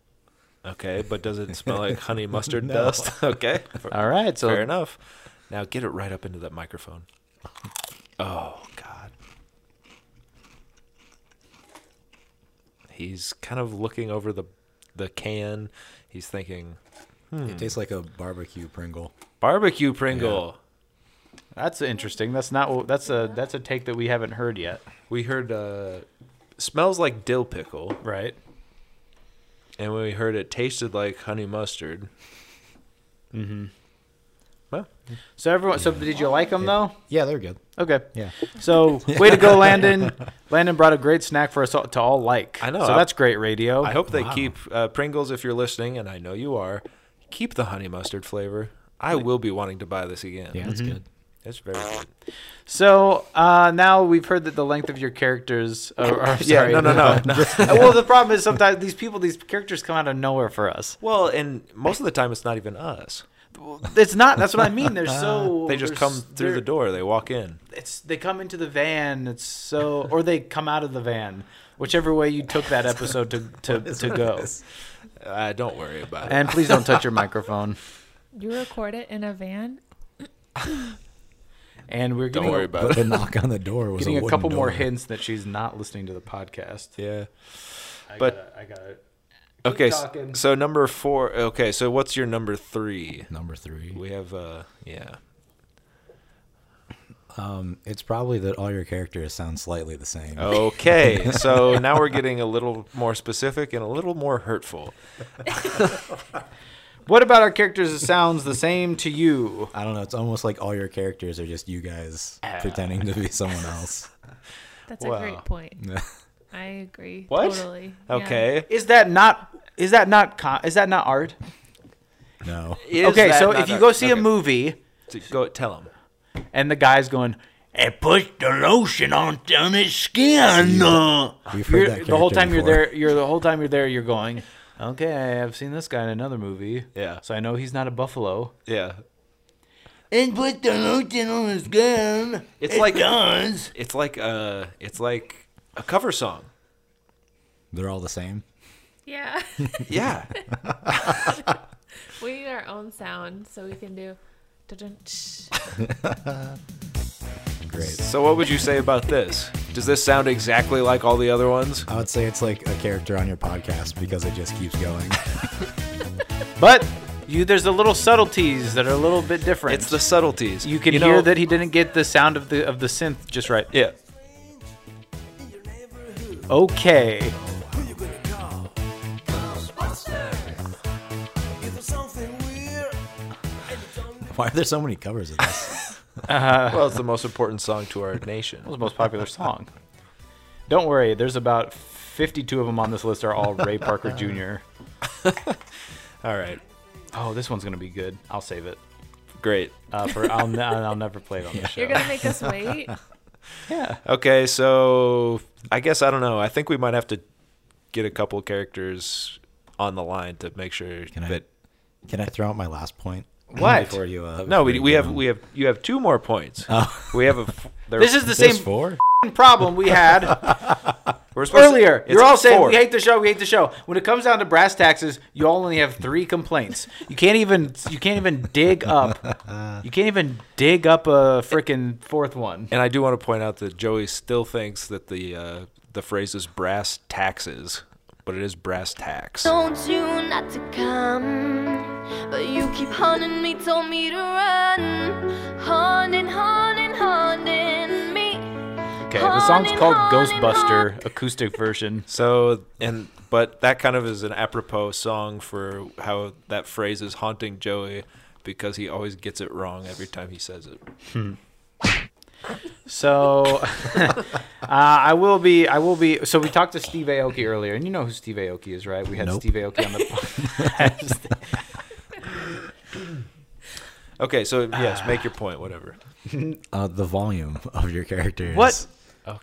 B: Okay, but does it smell
A: [LAUGHS]
B: like honey mustard
N: No.
B: dust? [LAUGHS] Okay.
A: All right, so-
B: fair enough. Now get it right up into that microphone. Oh God. He's kind of looking over the the can. He's thinking
A: Hmm.
N: It tastes like a barbecue Pringle.
B: barbecue Pringle.
A: That's interesting. That's not. what- That's a. That's a take that we haven't heard yet.
B: We heard uh, smells like dill pickle,
A: Right.
B: and when we heard it tasted like honey mustard.
A: Mm-hmm.
B: Well,
A: So everyone. So did you like them though?
N: Yeah, they're good.
A: Okay.
N: Yeah.
A: So way to go,
B: [LAUGHS]
A: Landon. Landon brought a great snack for us all, to all like.
B: I know.
A: So
B: I-
A: that's great radio.
B: I hope they
N: Wow.
B: keep uh, Pringles if you're listening, and I know you are. Keep the honey mustard flavor. I will be wanting to buy this again.
N: Yeah, it's
A: Mhm.
N: good.
B: It's very good.
A: So uh, now we've heard that the length of your characters. Are, [LAUGHS] are,
B: Yeah,
A: sorry.
B: no, no, no, no.
A: well, the problem is sometimes these people, these characters come out of nowhere for us.
B: Well, and most of the time it's not even us.
A: It's not. That's what I mean. They're [LAUGHS] so.
B: They just
A: they're
B: come
A: s-
B: through the
A: they're-
B: door. They walk in.
A: It's they come into the van. It's so, or they come out of the van. Whichever way you took that episode to [LAUGHS] to, to go.
B: Uh, don't worry about it.
A: And please don't [LAUGHS] touch your microphone.
C: You record it in a van?
A: And we're
B: Don't
A: getting,
B: worry about
N: But the
B: it.
N: knock on the door was
A: getting
N: a,
A: a
N: wooden
A: couple more
N: door.
A: hints that she's not listening to the podcast.
B: Yeah.
A: I
B: But-
A: gotta, I gotta keep
B: Okay. s-
A: talking.
B: So number four. Okay. So what's your number three?
N: Number three.
B: We have. uh Yeah.
N: Um, it's probably that all your characters sound slightly the same.
B: Oh. Okay. so now we're getting a little more specific and a little more hurtful.
A: what about our characters that sounds the same to you?
N: I don't know. It's almost like all your characters are just you guys
A: Ah.
N: pretending to be
A: [LAUGHS]
N: someone else.
C: That's a
B: Wow.
C: great point. [LAUGHS] I agree.
B: What?
C: Totally. Yeah.
B: Okay.
A: Is that not is that not con- is that not art?
N: No.
B: Is
A: okay,
B: that
A: so
B: not
A: if you
B: a-
A: go see
B: okay.
A: a movie
B: So go tell him.
A: and the guy's going, "Hey, put the lotion on on his skin," uh,"
N: We've heard
A: you're,
N: that
A: the whole
N: character
A: time you're
N: before.
A: there, you're the whole time you're there, you're going, "Okay, I've seen this guy in another movie,
B: Yeah.
A: so I know he's not a buffalo."
B: Yeah.
A: And put the lotion on his skin.
B: It's like It's like uh it's like a
A: [LAUGHS]
B: cover song.
N: They're all the same.
C: Yeah.
B: [LAUGHS] Yeah.
C: we need our own sound so we can do. [LAUGHS] dun-dun, tsh.
N: Great.
B: so what would you say about this? Does this sound exactly like all the other ones?
N: I would say it's like a character on your podcast because it just keeps going.
A: But you, there's the little subtleties that are a little bit different. It's the
B: subtleties.
A: You can
B: You
A: hear
B: know-
A: that he didn't get the sound of the of the synth just right.
B: Yeah.
A: Okay.
N: [LAUGHS] Why are there so many covers of this?
B: well, it's the most important song to our nation. It
A: was the most popular song. Don't worry, there's about 52 of them on this list are all Ray
B: [LAUGHS]
A: Parker Jr.
B: all right.
A: Oh, this one's gonna be good. I'll save it.
B: Great.
A: Uh, for I'll ne- I'll never play it on the show.
C: You're gonna make
B: [LAUGHS]
C: us wait.
A: yeah.
B: Okay, so I guess I don't know. I think we might have to get a couple characters on the line to make sure that.
N: Can I throw out my last point?
B: [LAUGHS] What?
N: Before you, uh,
B: no,
N: before
B: we,
N: you
B: we
N: go
B: have
N: on?
B: we have you have two more points.
N: Oh.
B: We have
A: [LAUGHS]
B: a. f- there-
A: This is the same f***ing problem we
B: [LAUGHS]
A: had
B: We're supposed to-
A: earlier.
B: it's
A: You're all saying
B: four.
A: we hate the show, we hate the show. When it comes down to brass taxes, you all only have three complaints. You can't even you can't even dig up you can't even dig up a freaking fourth one.
B: And I do want to point out that Joey still thinks that the uh, the phrase is brass taxes, but it is brass tax.
O: Told you not to come, but you keep hunting me, told me to run. Hunting, hunting, hunting me.
A: Okay, the song's called Ghostbuster acoustic version.
B: So and but that kind of is an apropos song for how that phrase is haunting Joey because he always gets it wrong every time he says it.
A: So [LAUGHS] uh, I will be. I will be. So we talked to Steve Aoki earlier, and you know who Steve Aoki is, right? We had
B: Nope.
A: Steve Aoki
B: [LAUGHS]
A: on the podcast.
B: Okay, so yes, make your point, whatever.
N: Uh, the volume [LAUGHS] of your characters.
B: What?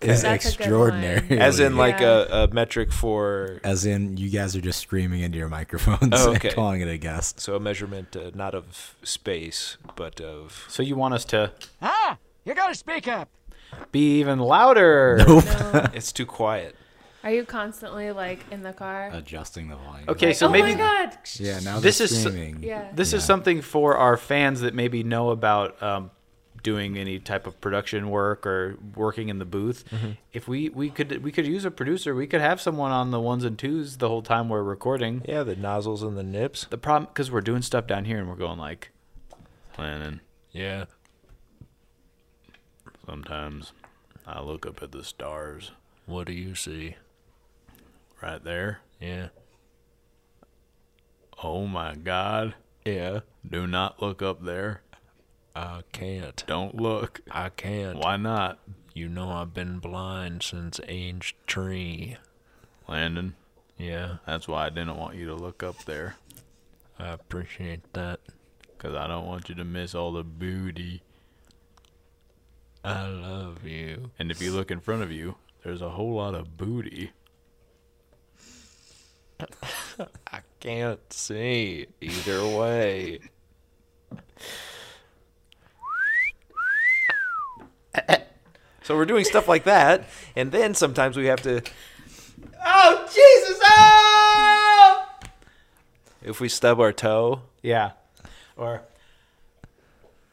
N: Is extraordinary.
B: As in like a, a metric for
N: As in, you guys are just screaming into your microphones
B: Oh, okay.
N: and calling it a guest.
B: so a measurement uh, not of space but of
A: so you want us to
P: Ah, you gotta speak up.
A: be even louder.
N: Nope.
B: [LAUGHS] it's too quiet.
C: Are you constantly like in the car?
N: Adjusting the volume.
A: Okay, Uh, so
C: oh
A: maybe
C: my god.
A: this is
C: Yeah.
A: this is something for our fans that maybe know about um, doing any type of production work or working in the booth.
B: Mhm.
A: If we we could we could use a producer, we could have someone on the ones and twos the whole time we're recording.
B: Yeah, the nozzles and the nips.
A: The problem because we're doing stuff down here and we're going like planning.
B: Yeah.
A: Sometimes I look up at the stars.
B: What do you see?
A: Right there.
B: Yeah.
A: Oh my God.
B: Yeah.
A: Do not look up there.
B: I can't.
A: Don't look.
B: I can't.
A: Why not?
B: You know I've been blind since age three.
A: Landon.
B: Yeah.
A: That's why I didn't want you to look up there.
B: I appreciate that.
A: Because I don't want you to miss all the booty.
B: I love you.
A: And if you look in front of you, there's a whole lot of booty.
B: [LAUGHS] I can't see either way. so we're doing stuff like that, and then sometimes we have to.
A: Oh Jesus! Oh!
B: If we stub our toe.
A: Yeah.
B: Or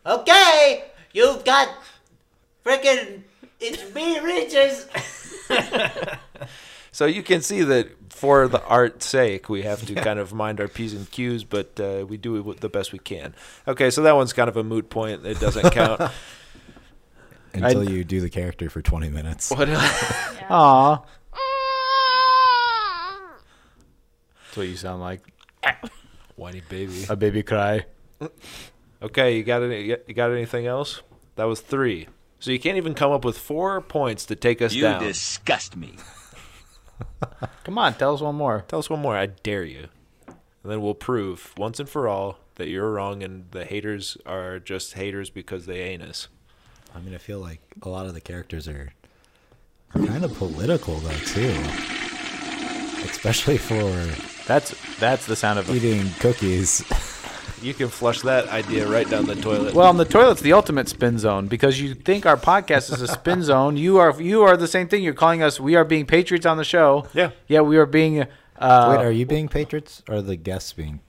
F: Okay, you've got frickin' it's me, Richards.
B: so you can see that for the art's sake, we have to kind of mind our p's and q's, but uh, we do what- the best we can. Okay, so that one's kind of a moot point. It
A: [LAUGHS]
B: doesn't count.
N: Until you do the character for 20 minutes.
B: What?
A: Aw. That's what you sound like.
B: Whiny baby.
A: A baby cry.
B: Okay, you got any? You got anything else? That was three. So you can't even come up with four points to take us
A: You
B: down.
A: disgust
B: me.
A: Come on, tell us one more.
B: Tell us one more. I dare you. And then we'll prove once and for all that you're wrong, and the haters are just haters because they ain't us.
N: I mean, I feel like a lot of the characters are kind of political, though, too. Especially for.
A: That's that's the sound of
N: eating cookies. [LAUGHS]
B: You can flush that idea right down the toilet.
A: Well, and the toilet's the ultimate spin zone because you think our podcast is a
B: [LAUGHS]
A: spin zone. You are you are the same thing. You're calling us. We are being patriots on the show.
B: Yeah.
A: Yeah, we are being. Uh,
N: Wait, are you being patriots or are the guests being?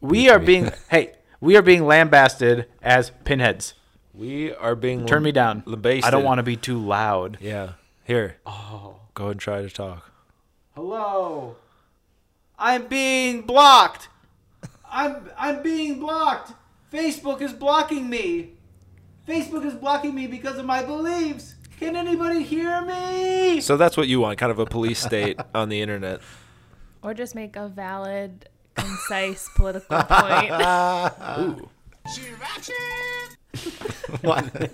A: we are being. hey, we are being lambasted as pinheads.
B: we are being
A: Turn me down.
B: lambasted.
A: I don't want to be too loud.
B: Yeah. Here. Oh. Go and try to talk.
A: Hello. I'm being blocked. I'm I'm being blocked. Facebook is blocking me. Facebook is blocking me because of my beliefs. Can anybody hear me?
B: So that's what you want, kind of a police
A: [LAUGHS]
B: state on the internet.
C: Or just make a valid, concise [LAUGHS] political point.
B: Ooh. What?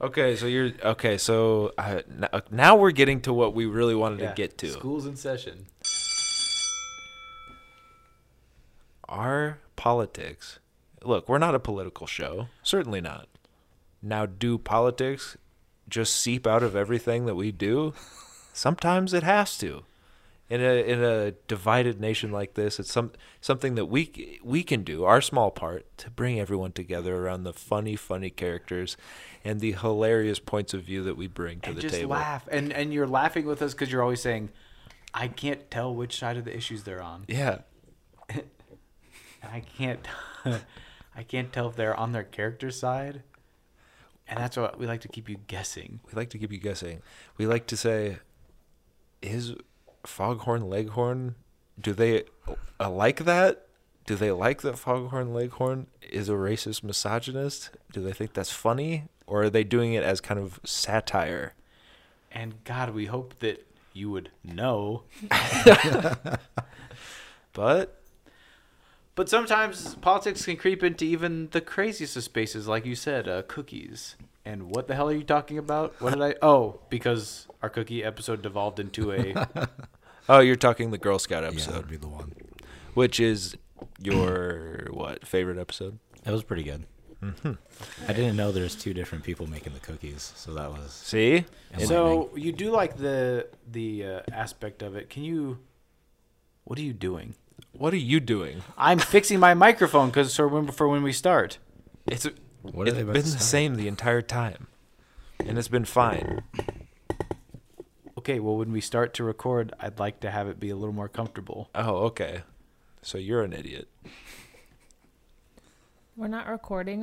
B: okay, so you're okay. So uh, n- now we're getting to what we really wanted to get to.
A: School's in session.
B: Our politics. Look, we're not a political show. Certainly not. Now, do politics just seep out of everything that we do? Sometimes it has to. In a in a divided nation like this, it's some something that we c- we can do our small part to bring everyone together around the funny, funny characters, and the hilarious points of view that we bring to
A: And
B: the
A: just
B: table.
A: laugh, and and you're laughing with us because you're always saying, "I can't tell which side of the issues they're on."
B: Yeah.
A: and I can't [LAUGHS] I can't tell if they're on their character side. And that's what we like to keep you guessing.
B: We like to keep you guessing. We like to say, is Foghorn Leghorn? Do they uh, like that? Do they like that Foghorn Leghorn is a racist misogynist? Do they think that's funny, or are they doing it as kind of satire?
A: And God, we hope that you would know.
B: but
A: but sometimes politics can creep into even the craziest of spaces, like you said, uh, cookies. And what the hell are you talking about? What did I? Oh, because our cookie episode devolved into
B: [LAUGHS]
A: a
B: Oh, you're talking the Girl Scout episode. Yeah, would be the one. Which is your what favorite episode?
N: That was pretty good.
B: Mm-hmm.
N: I didn't know there's two different people making the cookies, so that was
B: see.
A: So you do like the the uh, aspect of it. Can you? What are you doing?
B: What are you doing?
A: I'm fixing my microphone because for when for when we start.
B: It's it's been the same the entire time, and it's been fine.
A: Okay, well when we start to record, I'd like to have it be a little more comfortable.
B: Oh, okay. So you're an idiot.
C: We're not recording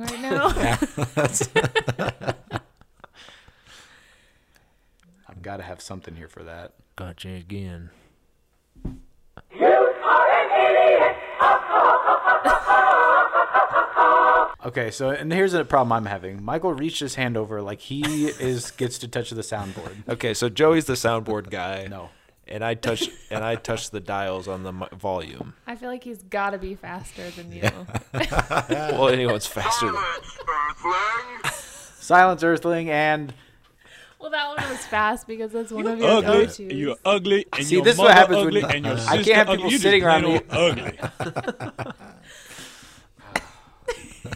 A: [LAUGHS]
C: right now.
A: I've got to have something here for that.
B: Gotcha again.
A: Okay, so and here's a problem I'm having. Michael reached his hand over like he is gets to touch the soundboard.
B: [LAUGHS] Okay, so Joey's the
A: [LAUGHS]
B: soundboard guy.
A: No.
B: And I touch and I touch the dials on the mi-
A: [LAUGHS]
B: volume.
C: I feel like he's got to be faster than you.
B: well, anyone's faster than
A: Silence, Earthling, and
C: Well, that one was fast because that's one of your go-tos.
Q: ugly,
A: and See, your this is what mother happens ugly, when- and your I can't sister have ugly. people You just sitting around plain me. old ugly.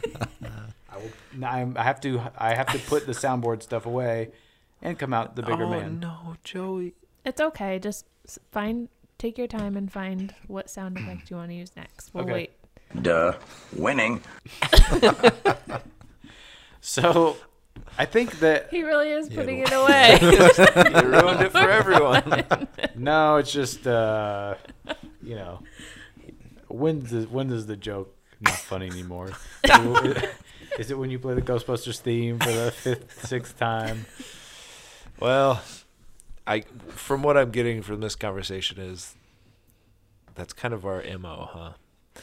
A: [LAUGHS] I will. no, I'm, I have to. I have to put the soundboard stuff away, and come out the bigger
B: Oh,
A: man.
B: No, Joey.
C: It's okay. Just s- find, take your time and find what sound effect you want to use next. We'll
A: Okay.
C: wait.
L: Duh. Winning.
A: So, I think that
C: He really is putting it away. You ruined it for everyone.
A: no, it's just uh, you know, when does when does the joke not funny
B: [LAUGHS]
A: anymore? Is it when you play the Ghostbusters theme for the fifth, sixth time?
B: Well, I from what I'm getting from this conversation is that's kind of our MO, huh?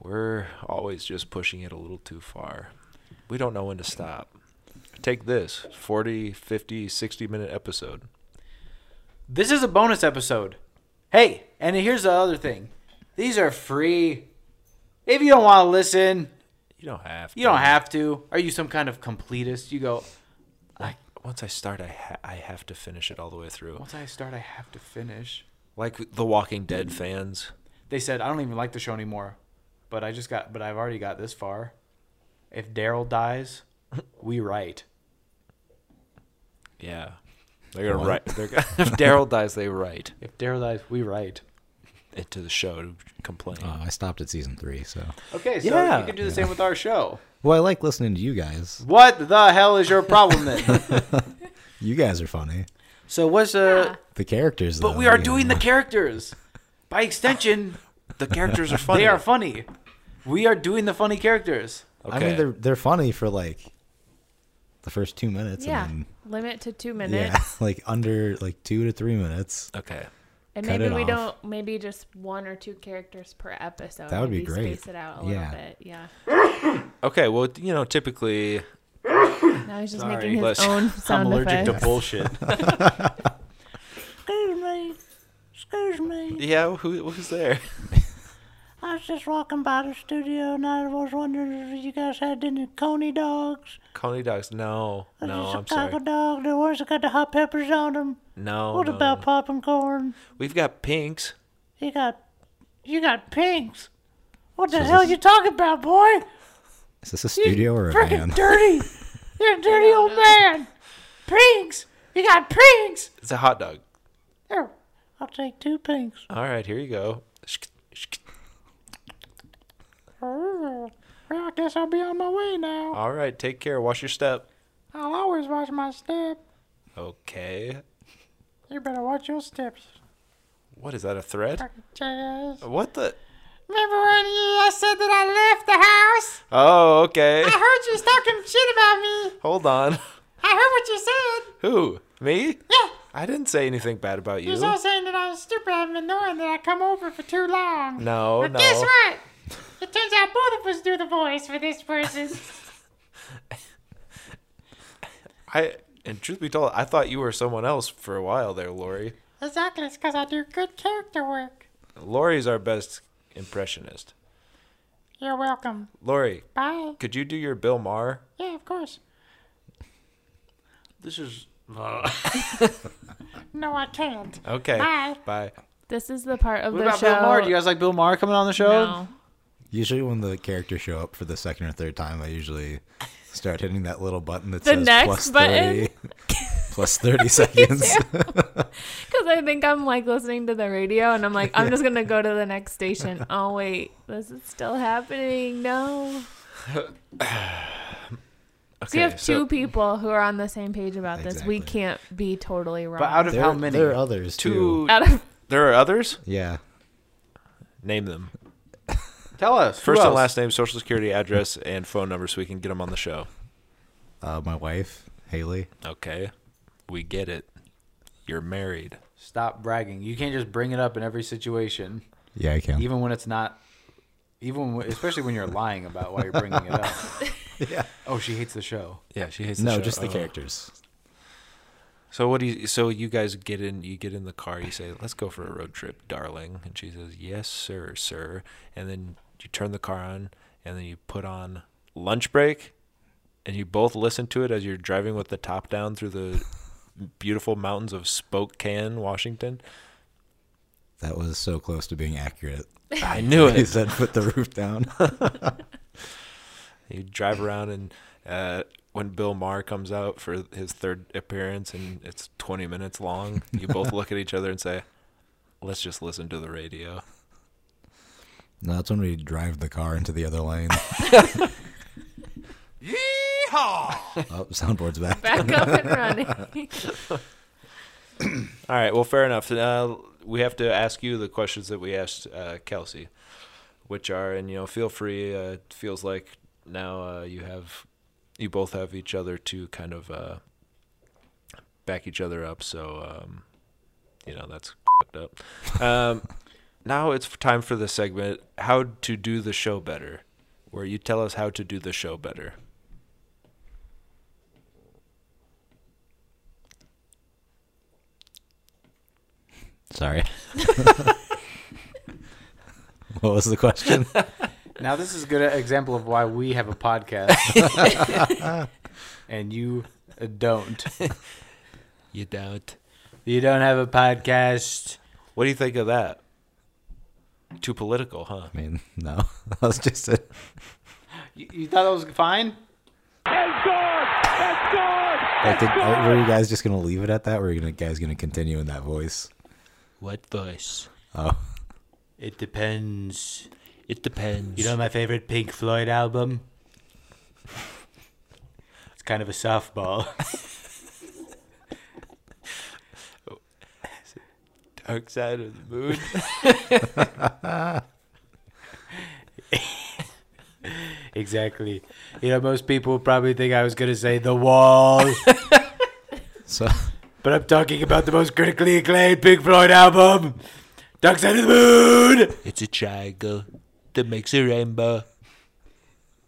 B: We're always just pushing it a little too far. We don't know when to stop. Take this 40, 50, 60 minute episode.
A: This is a bonus episode. Hey, and here's the other thing. These are free. If you don't want to listen,
B: You don't have to.
A: you don't have to. Are you some kind of completist? You go,
B: Like once I start I ha- I have to finish it all the way through.
A: once I start, I have to finish.
B: Like the Walking Dead fans.
A: They said, I don't even like the show anymore, but I just got, but I've already got this far. If Daryl dies, we write.
B: Yeah. They're gonna
A: What?
B: write
N: [LAUGHS]
B: they're gonna, if Daryl dies they write.
A: If Daryl dies, we write.
B: Into the show to complain.
N: Oh, I stopped at season three, so
A: Okay, so you can do the same with our show.
N: Well, I like listening to you guys.
A: What the hell is your problem then?
N: You guys are funny.
A: so what's uh?
N: The characters,
A: But
N: though,
A: we are
N: you
A: doing the characters. By extension, the
N: characters are funny.
A: They are funny. We are doing the funny characters.
N: know. I mean, they're they're funny for like the first two minutes.
C: yeah.
N: And
C: Limit to two
N: then, [LAUGHS]
C: minutes.
N: Yeah, like under like two to three minutes.
B: Okay.
C: And
N: Cut
C: maybe
N: it
C: we
N: off.
C: don't. Maybe just one or two characters per episode.
B: That would be
C: Maybe
B: great.
C: Space it out a
B: Yeah.
C: little bit. Yeah.
B: Okay, well, you know, typically.
C: Now he's just making his own
B: [LAUGHS] I'm
C: sound
B: allergic
C: effects.
B: to bullshit.
Q: Excuse me. Excuse me.
B: yeah, who, who's there? [LAUGHS]
Q: I was just walking by the studio and I was wondering if you guys had any Coney dogs.
B: Colony dogs? No,
Q: There's
B: no,
Q: a
B: I'm
Q: Chicago
B: sorry.
Q: dog. The ones that got the hot peppers on them.
N: Oh,
B: No,
Q: What
B: no,
Q: about
B: no.
Q: popping corn?
B: We've got pinks.
Q: You got, you got pinks. What the
N: So
Q: hell
N: this-
Q: you talking about, boy?
N: Is this a studio or a van?
Q: Freaking dirty. You're a dirty old man. Pinks. You got pinks.
B: It's a hot dog.
Q: There. I'll take two pinks.
B: [LAUGHS] All right, here you go.
Q: Well, I guess I'll be on my way now.
B: All right, take care. Wash your step.
Q: I'll always watch my step.
B: Okay.
Q: You better watch your steps.
B: What is that? A threat?
Q: Jazz.
B: What the?
Q: Remember when you- I said that I left the house?
B: Oh, okay.
N: [LAUGHS]
Q: I heard you was talking shit about me.
B: Hold on.
Q: I heard what you said.
B: Who? Me?
Q: Yeah.
B: I didn't say anything bad about
Q: You
B: you.
Q: was all saying that I was stupid. I've been knowing that I come over for too long.
B: No,
Q: but
B: no.
Q: guess what? It turns out both of us do the voice for
B: [LAUGHS]
Q: this person.
B: I and truth be told, I thought you were someone else for a while there, Lori.
Q: exactly. It's because I do good character work.
B: Lori's our best impressionist.
Q: You're welcome.
B: Lori,
Q: Bye.
B: could you do your Bill Maher?
Q: Yeah, of course.
B: This is uh, [LAUGHS]
Q: No, I can't.
B: Okay.
Q: Bye.
B: Bye.
C: This is the part of
A: What
C: the
A: about
C: show.
A: Bill Maher? Do you guys like Bill Maher coming on the show?
C: No.
N: Usually, when the characters show up for the second or third time, I usually start hitting that little button that
C: The
N: says
C: next
N: plus
C: button? [LAUGHS]
N: 30, plus 30 seconds.
C: Because I think I'm like listening to the radio and I'm like, I'm just going to go to the
B: [LAUGHS]
C: next station. Oh, wait, this is still happening. No. so you have two people who are on the same page about this. We can't be totally wrong.
N: There are others too.
C: Out of- [LAUGHS]
B: There are others?
N: Yeah.
B: Name them.
A: Tell us.
B: First
A: Who
B: and
A: else?
B: last name, social security address, and phone number so we can get them on the show.
N: Uh, my wife, Haley.
B: Okay. We get it. You're married.
A: Stop bragging. You can't just bring it up in every situation.
N: Yeah, I can.
A: Even when it's not, even when, especially when you're lying about why you're bringing it up.
N: [LAUGHS]
A: yeah. Oh, she hates the show.
B: Yeah, she hates the
N: No,
B: show.
N: just the
B: Oh.
N: characters.
B: So what do you so you guys get in you get in the car, you say, Let's go for a road trip, darling and she says, Yes, sir, sir and then you turn the car on and then you put on lunch break and you both listen to it as you're driving with the top down through the beautiful mountains of Spokane, Washington.
N: That was so close to being accurate.
B: I knew
N: [LAUGHS] He
B: it.
N: said, "Put the roof down."
B: [LAUGHS]
N: [LAUGHS]
B: You drive around and uh, when Bill Maher comes out for his third appearance and it's 20 minutes long, you [LAUGHS] both look at each other and say, "Let's just listen to the radio."
N: no, that's when we drive the car into the
C: [LAUGHS]
N: other lane.
B: Yeehaw!
N: Oh, soundboard's back.
C: Back up and running.
B: All right. Well, fair enough. Uh, we have to ask you the questions that we asked uh, Kelsey, which are, and you know, feel free. Uh, it feels like now uh, you have, you both have each other to kind of uh, back each other up. So, um, you know, that's fucked up. Um, [LAUGHS] now it's time for the segment "How to Do the Show Better," where you tell us how to do the show better.
C: [LAUGHS]
N: Sorry. [LAUGHS] what was the question?
A: Now this is a good example of why we have a
N: [LAUGHS]
A: podcast, and you uh, don't.
B: You don't.
A: You don't have a podcast.
B: What do you think of that? Too political, huh?
N: I mean, no, [LAUGHS] that was just it.
A: You, you thought that was fine?
N: Like, did, uh, were you guys just gonna leave it at that? Were you gonna, guys gonna continue in that voice?
I: What voice?
N: Oh, [LAUGHS]
I: It depends.
B: It depends.
I: You know my favorite Pink Floyd album? It's kind of a
R: [LAUGHS]
I: softball.
B: Dark side of the
R: [LAUGHS]
B: moon.
A: Exactly. You know, most people probably think I was going to say the wall.
N: so
R: [LAUGHS] but I'm talking about the most critically acclaimed Pink Floyd album, Dark Side of the Moon.
H: It's a triangle that makes a rainbow.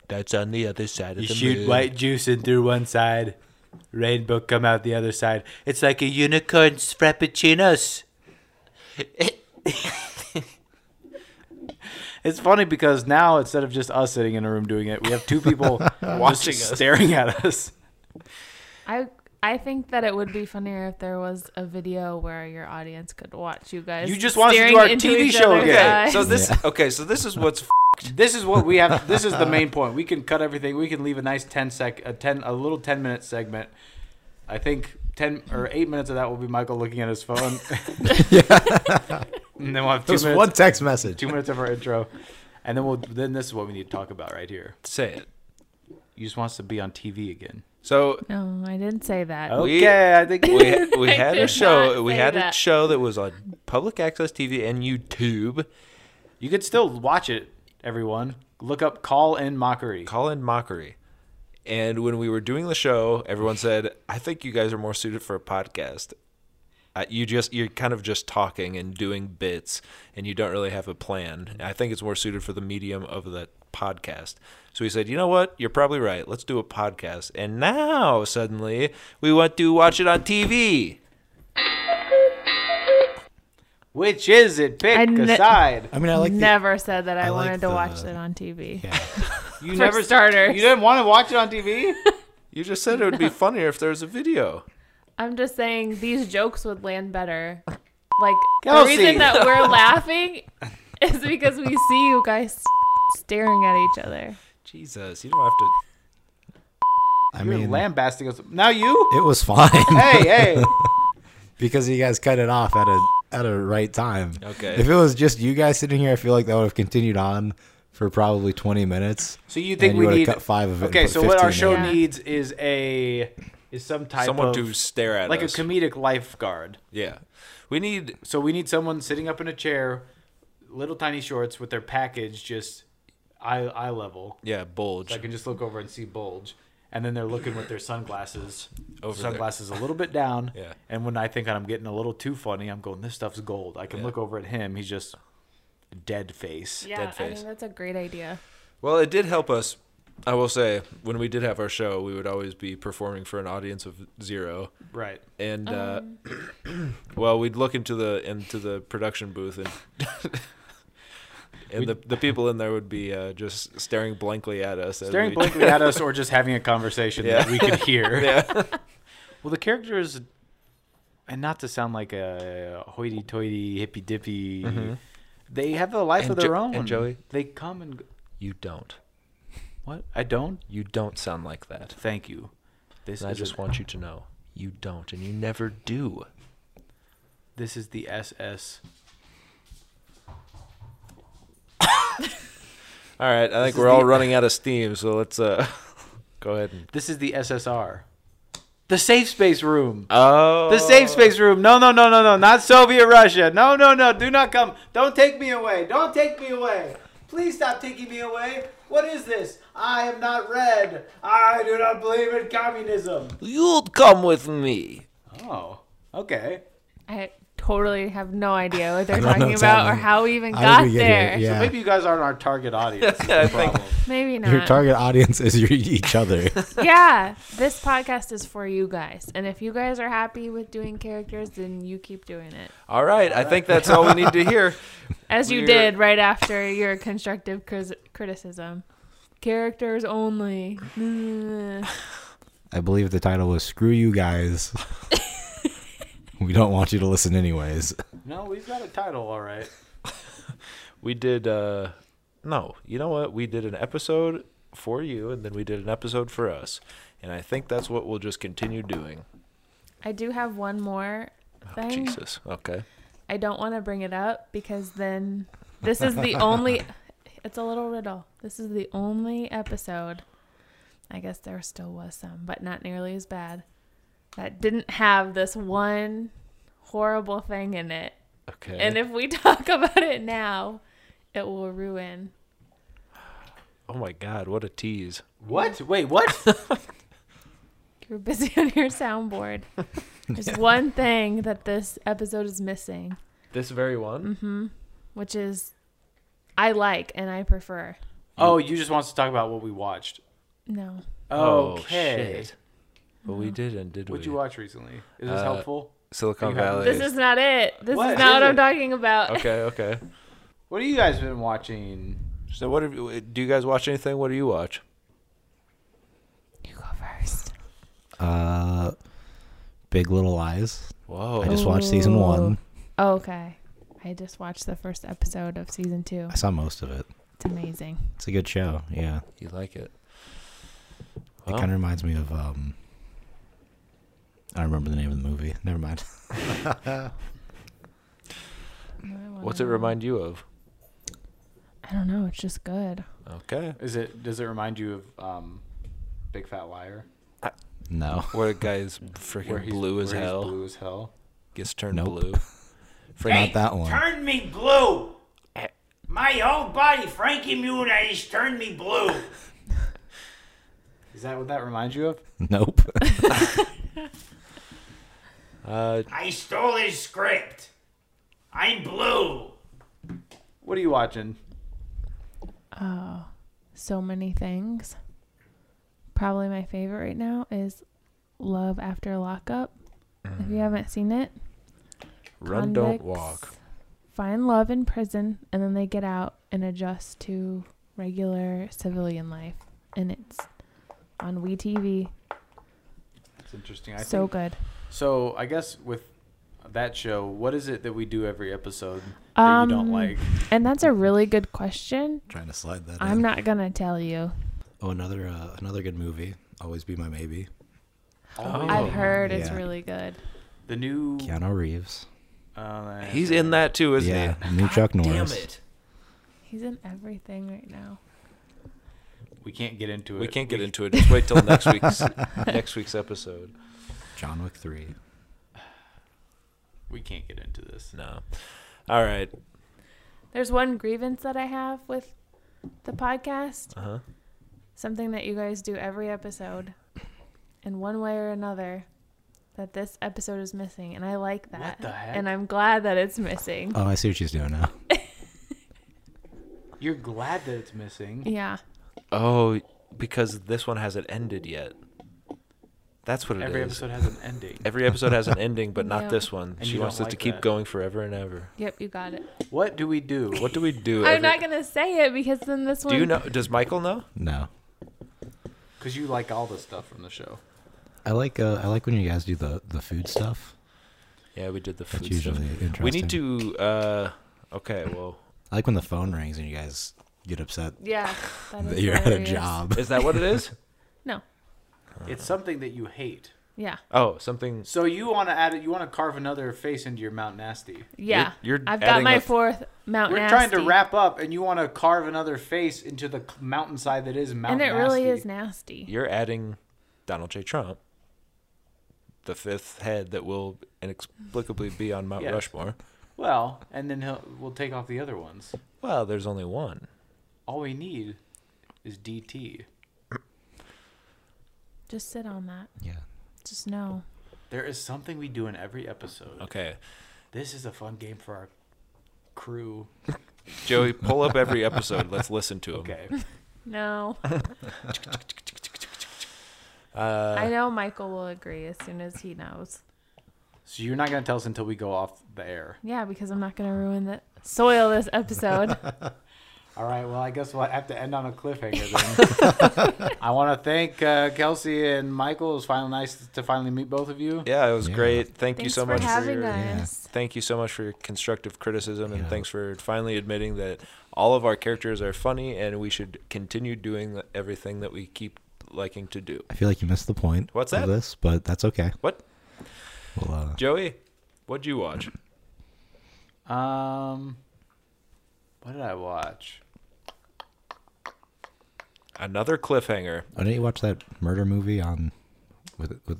H: That's on the other side of
R: You
H: the
R: shoot
H: moon.
R: white juice in through one side, rainbow come out the other side. It's like a unicorn's frappuccinos.
A: [LAUGHS] It's funny because now instead of just us sitting in a room doing it, we have two people [LAUGHS]
B: Watching
A: watching,
B: us. [LAUGHS]
A: staring at us.
C: I I think that it would be funnier if there was a video where your audience could watch you guys.
A: You just want us to do
C: staring
A: our
C: into
A: TV
C: each
A: show
C: other's
A: again.
C: eyes.
A: So this- Yeah.
B: Okay, so this is what's
A: This is what we have. This is the main point. We can cut everything. We can leave a nice 10 sec, a ten, a little ten minute segment. I think ten or eight minutes of that will be Michael looking at his [LAUGHS] phone. and then we'll have two
N: Just
A: minutes,
N: one text message.
A: two minutes of our intro, and then we'll then this is what we need to talk about right here.
B: Say it.
A: You just want us to be on TV again.
B: So
C: [LAUGHS] No, I didn't say that.
B: We- we, we
C: I
B: had a
C: did
B: show.
C: not
B: We
C: say
B: had a
C: that.
B: show that was on public access TV and YouTube.
A: You could still watch it, everyone. Look up Call in Mockery.
B: Call in Mockery. And when we were doing the show, everyone said, "I think you guys are more suited for a podcast. Uh, you just you're kind of just talking and doing bits, and you don't really have a plan. I think it's more suited for the medium of the podcast." So we said, "You know what? You're probably right. Let's do a podcast." And now suddenly we want to watch it on TV.
A: Which is it? Pick
C: I ne-
A: a
C: [LAUGHS]
A: side.
N: I mean, I like the-
C: never said that I,
N: I like
C: wanted to
N: the-
C: watch it on TV.
A: You
C: For
A: never
C: starters.
A: You didn't want to watch it on TV.
B: You just said it
A: [LAUGHS]
B: would be funnier if there was a video.
C: I'm just saying these jokes would land better. Like
B: Kelsey.
C: the reason
A: [LAUGHS]
C: that we're laughing is because we see you guys staring at each other.
B: Jesus, you don't have to.
N: I
A: You're
N: mean,
A: lambasting us. Now you.
N: it was fine.
A: Hey, hey.
N: [LAUGHS] because you guys cut it off at a at a right time.
A: Okay.
N: If it was just you guys sitting here, I feel like that would have continued on for probably 20 minutes.
A: So you think
N: and
A: we
N: would
A: need
N: have cut five of it? and
A: Okay,
N: put
A: so what our
N: 15
A: show
N: in.
A: needs is a is some type
B: Someone
A: of
B: to stare at
A: like
B: us.
A: a comedic lifeguard.
B: Yeah, we need.
A: So we need someone sitting up in a chair, little tiny shorts with their package just eye eye level.
B: Yeah, bulge.
A: So I can just look over and see bulge. And then they're looking with their sunglasses,
B: Over there.
A: sunglasses a little bit down.
B: [LAUGHS] Yeah.
A: And when I think I'm getting a little too funny, I'm going, "This stuff's gold." I can look over at him; he's just dead face.
C: Yeah, I think that's a great idea.
B: Well, it did help us. I will say, when we did have our show, we would always be performing for an audience of zero.
A: Right.
B: And uh, [CLEARS THROAT] well, we'd look into the into the production booth and. [LAUGHS] And the, the people in there would be uh, just staring blankly at us. as
A: staring
B: we-
A: blankly at us or just having a conversation that
B: Yeah.
A: we could hear.
B: [LAUGHS] Yeah.
A: [LAUGHS] Well, the character is, and not to sound like a hoity-toity hippy dippy,
B: Mhm.
A: they have a life of
B: And
A: their
B: Jo-
A: own.
B: and Joey?
A: they come and go.
B: [LAUGHS] You don't.
A: What? I don't.
B: You don't sound like that.
A: Thank you. This
B: and I
A: is
B: just
A: a-
B: want you to know, you don't, and you never do.
A: This is the SS.
B: All right, I think
A: is
B: we're all
A: the-
B: running out of steam, so let's uh, [LAUGHS] go ahead and.
A: This is the SSR. The safe space room.
B: Oh.
A: The safe space room. No, no, no, no, no. Not Soviet Russia. No, no, no. Do not come. Don't take me away. Don't take me away. Please stop taking me away. What is this? I am not red. I do not believe in communism.
B: You'll come with me.
A: Oh, okay.
C: I totally have no idea what they're
A: don't know
C: talking
A: what's
C: about or
A: happening.
C: how we even
N: How
C: got
N: did we get
C: there.
N: here? Yeah.
A: So maybe you guys aren't our target [LAUGHS] audience.
B: Yeah, I
A: That's the
B: think-
A: problem.
C: Maybe
N: Your
C: not.
N: target audience is [LAUGHS] your, each other.
C: yeah, this podcast is for you guys. And if you guys are happy with doing characters, then you keep doing it.
B: All right, I think that's all we need to hear.
C: As you
B: We're-
C: did right after your constructive cris- criticism.
B: [LAUGHS]
C: Characters only. Mm.
N: I believe the title was "Screw You Guys." we don't want you to listen, anyways.
A: No, we've got a title, all right.
B: [LAUGHS] We did. uh No, you know what? We did an episode for you, and then we did an episode for us, and I think that's what we'll just continue doing.
C: I do have one more thing.
B: Oh, Jesus. Okay.
C: I don't want to bring it up because then this is the only. It's a little riddle. This is the only episode. I guess there still was some, but not nearly as bad. That didn't have this one horrible thing in it.
B: Okay.
C: And if we [LAUGHS] talk about it now, it will ruin.
B: Oh my God! What a tease.
A: [LAUGHS] What? Wait, what?
C: [LAUGHS] You're busy on your soundboard. There's one thing that this episode is missing,
B: This very one.
C: hmm which is I like and I prefer.
A: Oh, you just want us to talk about what we watched.
C: No.
A: Okay.
B: Oh, shit. But we didn't, did
A: What'd
B: we?
A: you watch recently? Is this
B: Uh,
A: helpful?
B: Silicon
A: Are you happy?
B: Valley.
C: This is not it. This
A: What
C: is not
A: is
C: what
A: it?
C: I'm talking about.
B: Okay, okay.
A: What have you guys been watching?
B: So what have you, do you guys watch anything? What do you watch?
N: Uh, Big Little Lies.
B: Whoa.
N: I just watched season one.
C: Oh, okay. I just watched the first episode of season two.
N: I saw most of it.
C: It's amazing.
N: It's a good show. Yeah.
B: You like it?
N: It kind of reminds me of um. I don't remember the name of the movie. [LAUGHS] Never mind.
B: What's it remind you of?
C: I don't know. It's just good.
B: Okay.
A: Is it? Does it remind you of um, Big Fat Liar?
N: No.
B: Where a guy's
A: Where
B: freaking
A: he's-
B: blue as
A: where he's
B: hell.
A: blue as hell.
B: Gets turned [LAUGHS]
N: Nope.
B: blue.
N: Not that one.
S: Turn me blue. My whole body, Frankie Muniz, turned me blue.
A: Is that what that reminds you of?
N: Nope. [LAUGHS]
B: uh,
S: I stole his script. I'm blue.
A: What are you watching?
C: Oh, so many things. Probably my favorite right now is Love After Lockup. If you haven't seen it,
B: Mm. Run, don't
C: Convicts
B: walk.
C: Find love in prison and then they get out and adjust to regular civilian life. And it's on WeTV.
A: It's interesting. I
C: So
A: think-
C: good.
A: So I guess with that show, what is it that we do every episode that
C: um,
A: you don't like?
C: And that's a really good question.
N: Trying to slide that.
C: I'm
N: in.
C: not going to tell you.
N: Oh, another uh, another good movie. Always be my maybe.
A: Oh.
C: I've heard it's
N: Yeah.
C: really good.
A: The new.
N: Keanu Reeves.
A: Uh,
B: He's in that too, isn't
N: yeah.
B: he?
N: New Chuck
B: damn
N: Norris.
B: it.
C: He's in everything right now.
A: we can't get into it.
B: We can't get into it. Just wait till [LAUGHS] next week's next week's episode.
N: [LAUGHS] John Wick three.
A: We can't get into this.
B: No. All right.
C: There's one grievance that I have with the podcast.
B: Uh huh.
C: something that you guys do every episode in one way or another that this episode is missing and i like that
A: the heck?
C: and i'm glad that it's missing
N: Oh, I see what she's doing now.
A: You're glad that it's missing.
C: yeah
B: Oh, because this one hasn't ended yet. That's what it is.
A: Every episode has an ending.
B: Every episode has [LAUGHS] an ending, but not
C: Yeah.
B: this one.
A: And
B: she
A: you
B: wants
A: don't
B: it to
A: like
B: keep
A: that.
B: going forever and ever.
C: yep you got it
A: What do we do?
B: What do we do?
C: i'm not gonna say it because then this one
B: do you know? Does Michael know?
N: No.
A: Because you like all the stuff from the show.
N: I like uh, I like when you guys do the the food stuff.
B: Yeah, we did the
N: That's
B: food stuff. [LAUGHS]
N: usually
B: We need to. Uh, okay, well,
N: I like when the phone rings and you guys get upset.
C: yeah that
N: That
C: is
N: you're out of
B: [LAUGHS]
C: hilarious.
N: job.
B: is that what it is?
C: no
B: Uh-huh.
A: It's something that you hate.
C: yeah
B: Oh, something.
A: So you want to add? You want to carve another face into your Mount Nasty?
C: yeah
B: you're
C: i've
B: adding
C: got my
B: a-
C: fourth mount
A: We're
C: nasty,
A: trying to wrap up, and you want to carve another face into the c- mountainside that is Mount
C: and it
A: Nasty.
C: really is nasty
B: You're adding Donald J. Trump, the fifth head that will inexplicably be on Mount
A: Yes.
B: Rushmore.
A: Well, and then he'll, we'll take off the other ones.
B: Well, there's only one.
A: All we need is DT.
C: just sit on that
N: Yeah.
C: just know
A: There is something we do in every episode.
B: Okay,
A: This is a fun game for our crew.
B: Joey, pull up every episode. Let's listen to him.
A: Okay. [LAUGHS]
C: no
B: Uh,
C: i know michael will agree as soon as he knows
A: so you're not gonna tell us until we go off the air.
C: Yeah, because I'm not going to ruin the soil this
B: [LAUGHS]
C: episode.
A: All right. Well, I guess we'll have to end on a cliffhanger then. I want to thank uh, Kelsey and Michael. It was finally nice to finally meet both of you.
B: Yeah, it was great. Thank you
C: Thanks
B: so
C: for
B: much
C: having
B: for your
C: us.
B: thank you so much for your constructive criticism and thanks for finally admitting that all of our characters are funny and we should continue doing the- everything that we keep liking to do.
N: I feel like you missed the point.
B: What's that?
N: Of this, but that's okay.
B: What?
N: Well, uh,
B: Joey, what'd you watch?
A: Um, what did I watch?
B: Another cliffhanger.
N: why didn't you watch that murder movie on with with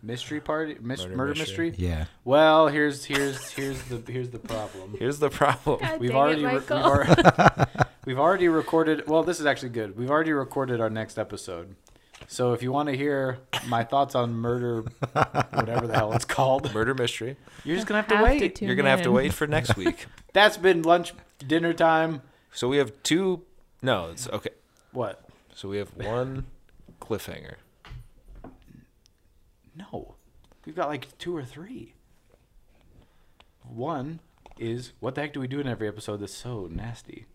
A: Mystery party, mis-
B: Murder
A: murder,
B: mystery.
A: mystery.
N: Yeah.
A: Well, here's here's here's the here's the problem.
B: [LAUGHS] Here's the problem.
C: God
A: we've
C: dang it,
A: already re- we've,
C: Michael.
A: already we've already recorded. Well, this is actually good. We've already recorded our next episode, So if you want to hear my thoughts on murder, whatever the hell it's
B: [LAUGHS]
A: called,
B: murder mystery,
A: you're just gonna have to
B: Have to
A: wait.
B: tune You're gonna have to in. wait for
A: [LAUGHS]
B: next week.
A: That's been lunch, dinner time.
B: So we have two. No, it's okay.
A: What?
B: So we have one cliffhanger.
A: No, we've got like two or three. One is what the heck do we do in every episode that's so nasty?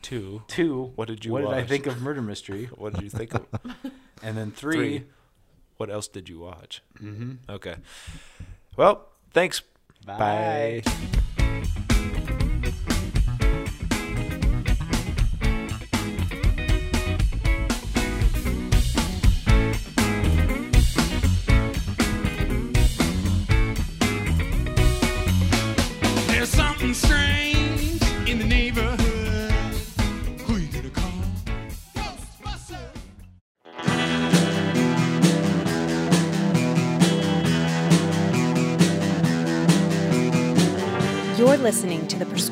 B: Two.
A: Two.
B: What did you
A: What did I
B: watch?
A: think of murder
B: [LAUGHS]
A: mystery?
B: what did you
A: [LAUGHS]
B: think of?
A: And then three.
B: What else did you watch?
A: Mhm.
B: Okay. Well, thanks.
A: Bye.
T: There's something strange in the neighborhood. Who you gonna call? Ghostbusters.
E: You're listening to the